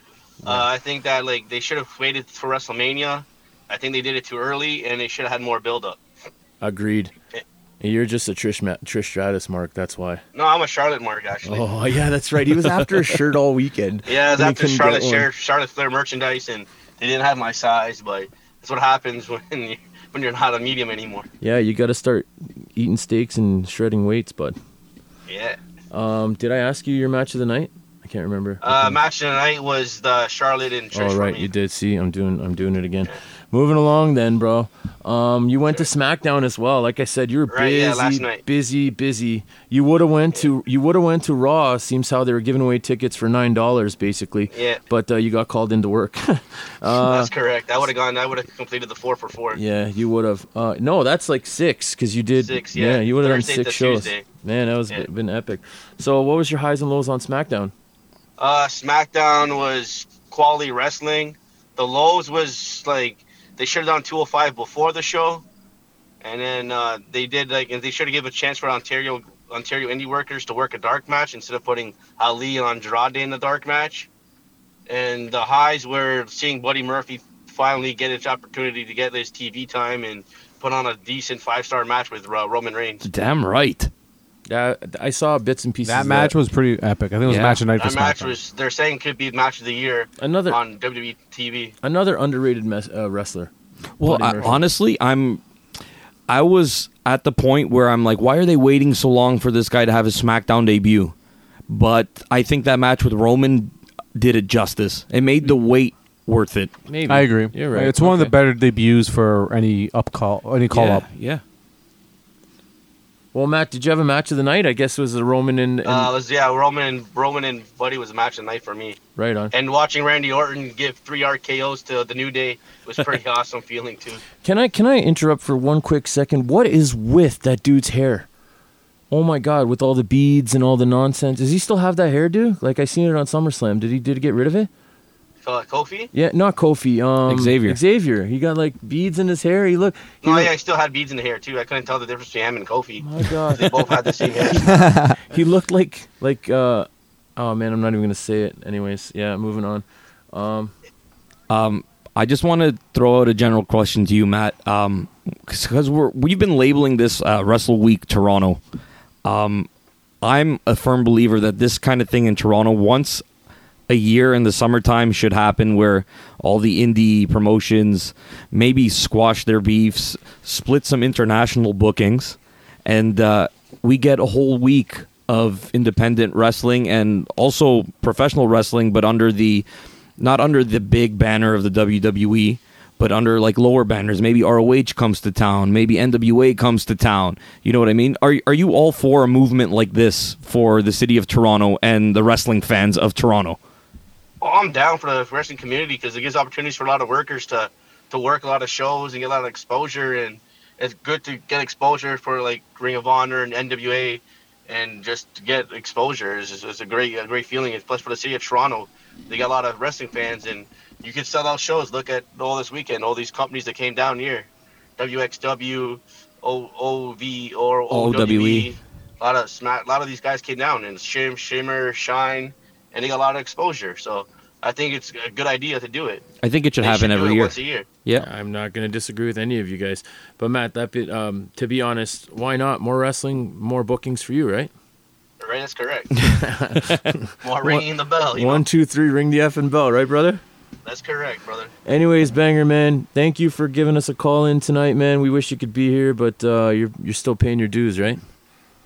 [SPEAKER 8] I think that like they should have waited for WrestleMania. I think they did it too early, and they should have had more build up.
[SPEAKER 1] agreed you're just a Trish, Ma- Trish Stratus, Mark. That's why.
[SPEAKER 8] No, I'm a Charlotte mark actually.
[SPEAKER 1] Oh (laughs) yeah, that's right. He was after a shirt all weekend.
[SPEAKER 8] Yeah, it's
[SPEAKER 1] and he
[SPEAKER 8] after
[SPEAKER 1] couldn't
[SPEAKER 8] Charlotte
[SPEAKER 1] get one.
[SPEAKER 8] Flair, Charlotte Flair merchandise, and they didn't have my size, but that's what happens (laughs) when you, when you're not a medium anymore.
[SPEAKER 1] Yeah, you got to start eating steaks and shredding weights, bud.
[SPEAKER 8] Yeah.
[SPEAKER 1] Um, did I ask you your match of the night? I can't remember.
[SPEAKER 8] Uh, match of the night was the Charlotte and Trish.
[SPEAKER 1] All
[SPEAKER 8] for
[SPEAKER 1] right,
[SPEAKER 8] me.
[SPEAKER 1] you did see. I'm doing. I'm doing it again. Moving along, then, bro. Um, you went to SmackDown as well. Like I said, you were
[SPEAKER 8] Right,
[SPEAKER 1] busy,
[SPEAKER 8] yeah, last night.
[SPEAKER 1] busy, busy. You would have went to. You would have went to Raw. Seems how they were giving away tickets for nine dollars, basically.
[SPEAKER 8] Yeah.
[SPEAKER 1] But uh, you got called into work. (laughs) Uh,
[SPEAKER 8] That's correct. I would have gone. I would have completed the four for four.
[SPEAKER 1] yeah, you would have. Uh, no, that's like six because you did.
[SPEAKER 8] Six, yeah.
[SPEAKER 1] you would have done
[SPEAKER 8] Thursday
[SPEAKER 1] six
[SPEAKER 8] to
[SPEAKER 1] shows.
[SPEAKER 8] Tuesday.
[SPEAKER 1] Man, that was
[SPEAKER 8] Yeah.
[SPEAKER 1] been epic. So, what was your highs and lows on SmackDown?
[SPEAKER 8] Uh, SmackDown was quality wrestling. The lows was like they should have done 205 before the show, and then uh, they did like and they should have given a chance for Ontario Ontario indie workers to work a dark match instead of putting Ali and Andrade in the dark match. And the highs were seeing Buddy Murphy finally get his opportunity to get his TV time and put on a decent five star match with uh, Roman Reigns.
[SPEAKER 7] damn right.
[SPEAKER 1] Yeah, Uh, I saw bits and pieces.
[SPEAKER 4] That
[SPEAKER 1] of
[SPEAKER 4] match was pretty epic. I think it was
[SPEAKER 7] Yeah.
[SPEAKER 4] match of night for
[SPEAKER 8] That match
[SPEAKER 4] SmackDown.
[SPEAKER 8] was they're saying could be match of the year
[SPEAKER 1] another
[SPEAKER 8] on E WWE TV.
[SPEAKER 1] another underrated mes- uh, wrestler.
[SPEAKER 7] Well,
[SPEAKER 1] Buddy
[SPEAKER 7] I,
[SPEAKER 1] Murphy.
[SPEAKER 7] honestly, I'm. I was at the point where I'm like, why are they waiting so long for this guy to have his SmackDown debut? But I think that match with Roman did it justice. It made the wait worth it.
[SPEAKER 1] Maybe
[SPEAKER 4] I agree.
[SPEAKER 1] You're right.
[SPEAKER 4] It's one of the
[SPEAKER 1] Okay.
[SPEAKER 4] better debuts for any up call, any call
[SPEAKER 7] yeah,
[SPEAKER 4] up.
[SPEAKER 7] Yeah.
[SPEAKER 1] Well, Matt, did you have a match of the night? I guess it was the Roman and, and
[SPEAKER 8] Uh, it was yeah, Roman and Roman and Buddy was a match of the night for me,
[SPEAKER 1] right on.
[SPEAKER 8] and watching Randy Orton give three RKO's to the New Day was
[SPEAKER 1] (laughs)
[SPEAKER 8] pretty awesome feeling too.
[SPEAKER 1] Can I can I interrupt for one quick second? What is with that dude's hair? Oh my God! With all the beads and all the nonsense, does he still have that hairdo? Like I seen it on SummerSlam. Did he did he get rid of it?
[SPEAKER 8] Uh, Kofi?
[SPEAKER 1] Yeah, not Kofi. Um,
[SPEAKER 7] Xavier.
[SPEAKER 1] Xavier. He got like beads in his hair. He look. He
[SPEAKER 8] No,
[SPEAKER 1] look-
[SPEAKER 8] Oh, yeah, I still had beads in the hair too. I couldn't tell the difference between him and Kofi.
[SPEAKER 1] My
[SPEAKER 8] (laughs)
[SPEAKER 1] God.
[SPEAKER 8] They both
[SPEAKER 1] (laughs)
[SPEAKER 8] had the same hair.
[SPEAKER 1] he looked like like uh, oh man, I'm not even gonna say it. Anyways, yeah, moving on.
[SPEAKER 7] I just want to throw out a general question to you, Matt, because we're we've been labeling this uh, Wrestle Week Toronto. Um, I'm a firm believer that this kind of thing in Toronto once a year in the summertime should happen, where all the indie promotions maybe squash their beefs, split some international bookings, and uh, we get a whole week of independent wrestling and also professional wrestling, but under the not under the big banner of the WWE, but under like lower banners. Maybe ROH comes to town. Maybe NWA comes to town. You know what I mean? Are are you all for a movement like this for the city of Toronto and the wrestling fans of Toronto?
[SPEAKER 8] Well, I'm down for the wrestling community because it gives opportunities for a lot of workers to to work a lot of shows and get a lot of exposure, and it's good to get exposure for like Ring of Honor and NWA, and just to get exposure is, is, is a great a great feeling. And plus, for the city of Toronto, they got a lot of wrestling fans, and you can sell out shows. Look at all this weekend, all these companies that came down here, WXW, O O V or OWE. A lot of sma- a lot of these guys came down and shim, shimmer, shine, and they got a lot of exposure. So I think it's a good idea to do it.
[SPEAKER 7] I think it should
[SPEAKER 8] They
[SPEAKER 7] happen
[SPEAKER 8] do
[SPEAKER 7] every
[SPEAKER 8] it
[SPEAKER 7] year.
[SPEAKER 8] Once a year.
[SPEAKER 7] Yeah.
[SPEAKER 1] I'm not going to disagree with any of you guys. But Matt, that bit, um, to be honest, why not more wrestling, more bookings for you, right?
[SPEAKER 8] Right, that's correct. While ringing the bell, you know?
[SPEAKER 1] One, two, three, ring the effing bell, right, brother?
[SPEAKER 8] That's correct, brother.
[SPEAKER 1] Anyways, banger man, thank you for giving us a call in tonight, man. We wish you could be here, but uh, you're you're still paying your dues, right?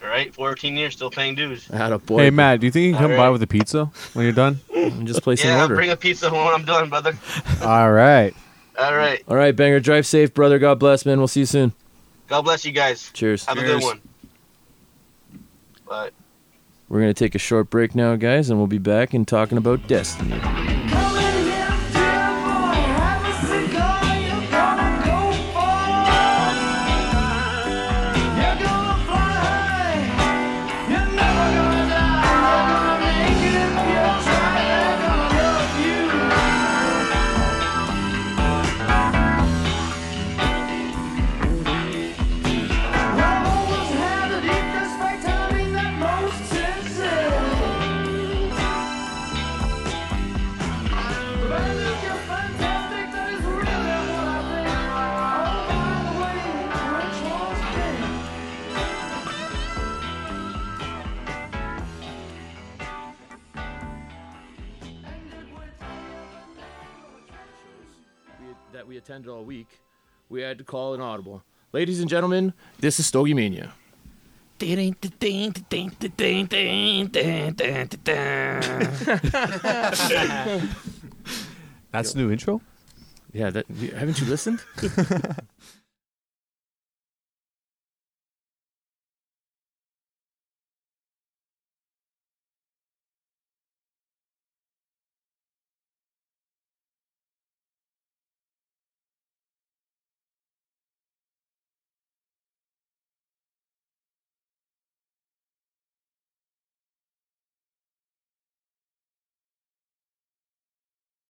[SPEAKER 8] All right, 14 years, still paying dues.
[SPEAKER 1] Atta boy.
[SPEAKER 4] Hey Matt, do you think you can come by
[SPEAKER 8] Alright.
[SPEAKER 4] with a pizza when you're done?
[SPEAKER 1] I'm just placing
[SPEAKER 8] Yeah,
[SPEAKER 1] an
[SPEAKER 8] I'll
[SPEAKER 1] order.
[SPEAKER 8] bring a pizza when I'm done, brother.
[SPEAKER 4] (laughs) All right.
[SPEAKER 8] All right.
[SPEAKER 1] All right, banger, drive safe, brother. God bless, man. We'll see you soon.
[SPEAKER 8] God bless you guys.
[SPEAKER 1] Cheers.
[SPEAKER 8] Have a good one. But
[SPEAKER 1] We're gonna take a short break now, guys, and we'll be back and talking about destiny.
[SPEAKER 2] Oh,
[SPEAKER 1] That we attended all week, we had to call an audible. Ladies and gentlemen, this is Stogie Mania.
[SPEAKER 4] That's the new intro?
[SPEAKER 1] Yeah, that haven't you listened?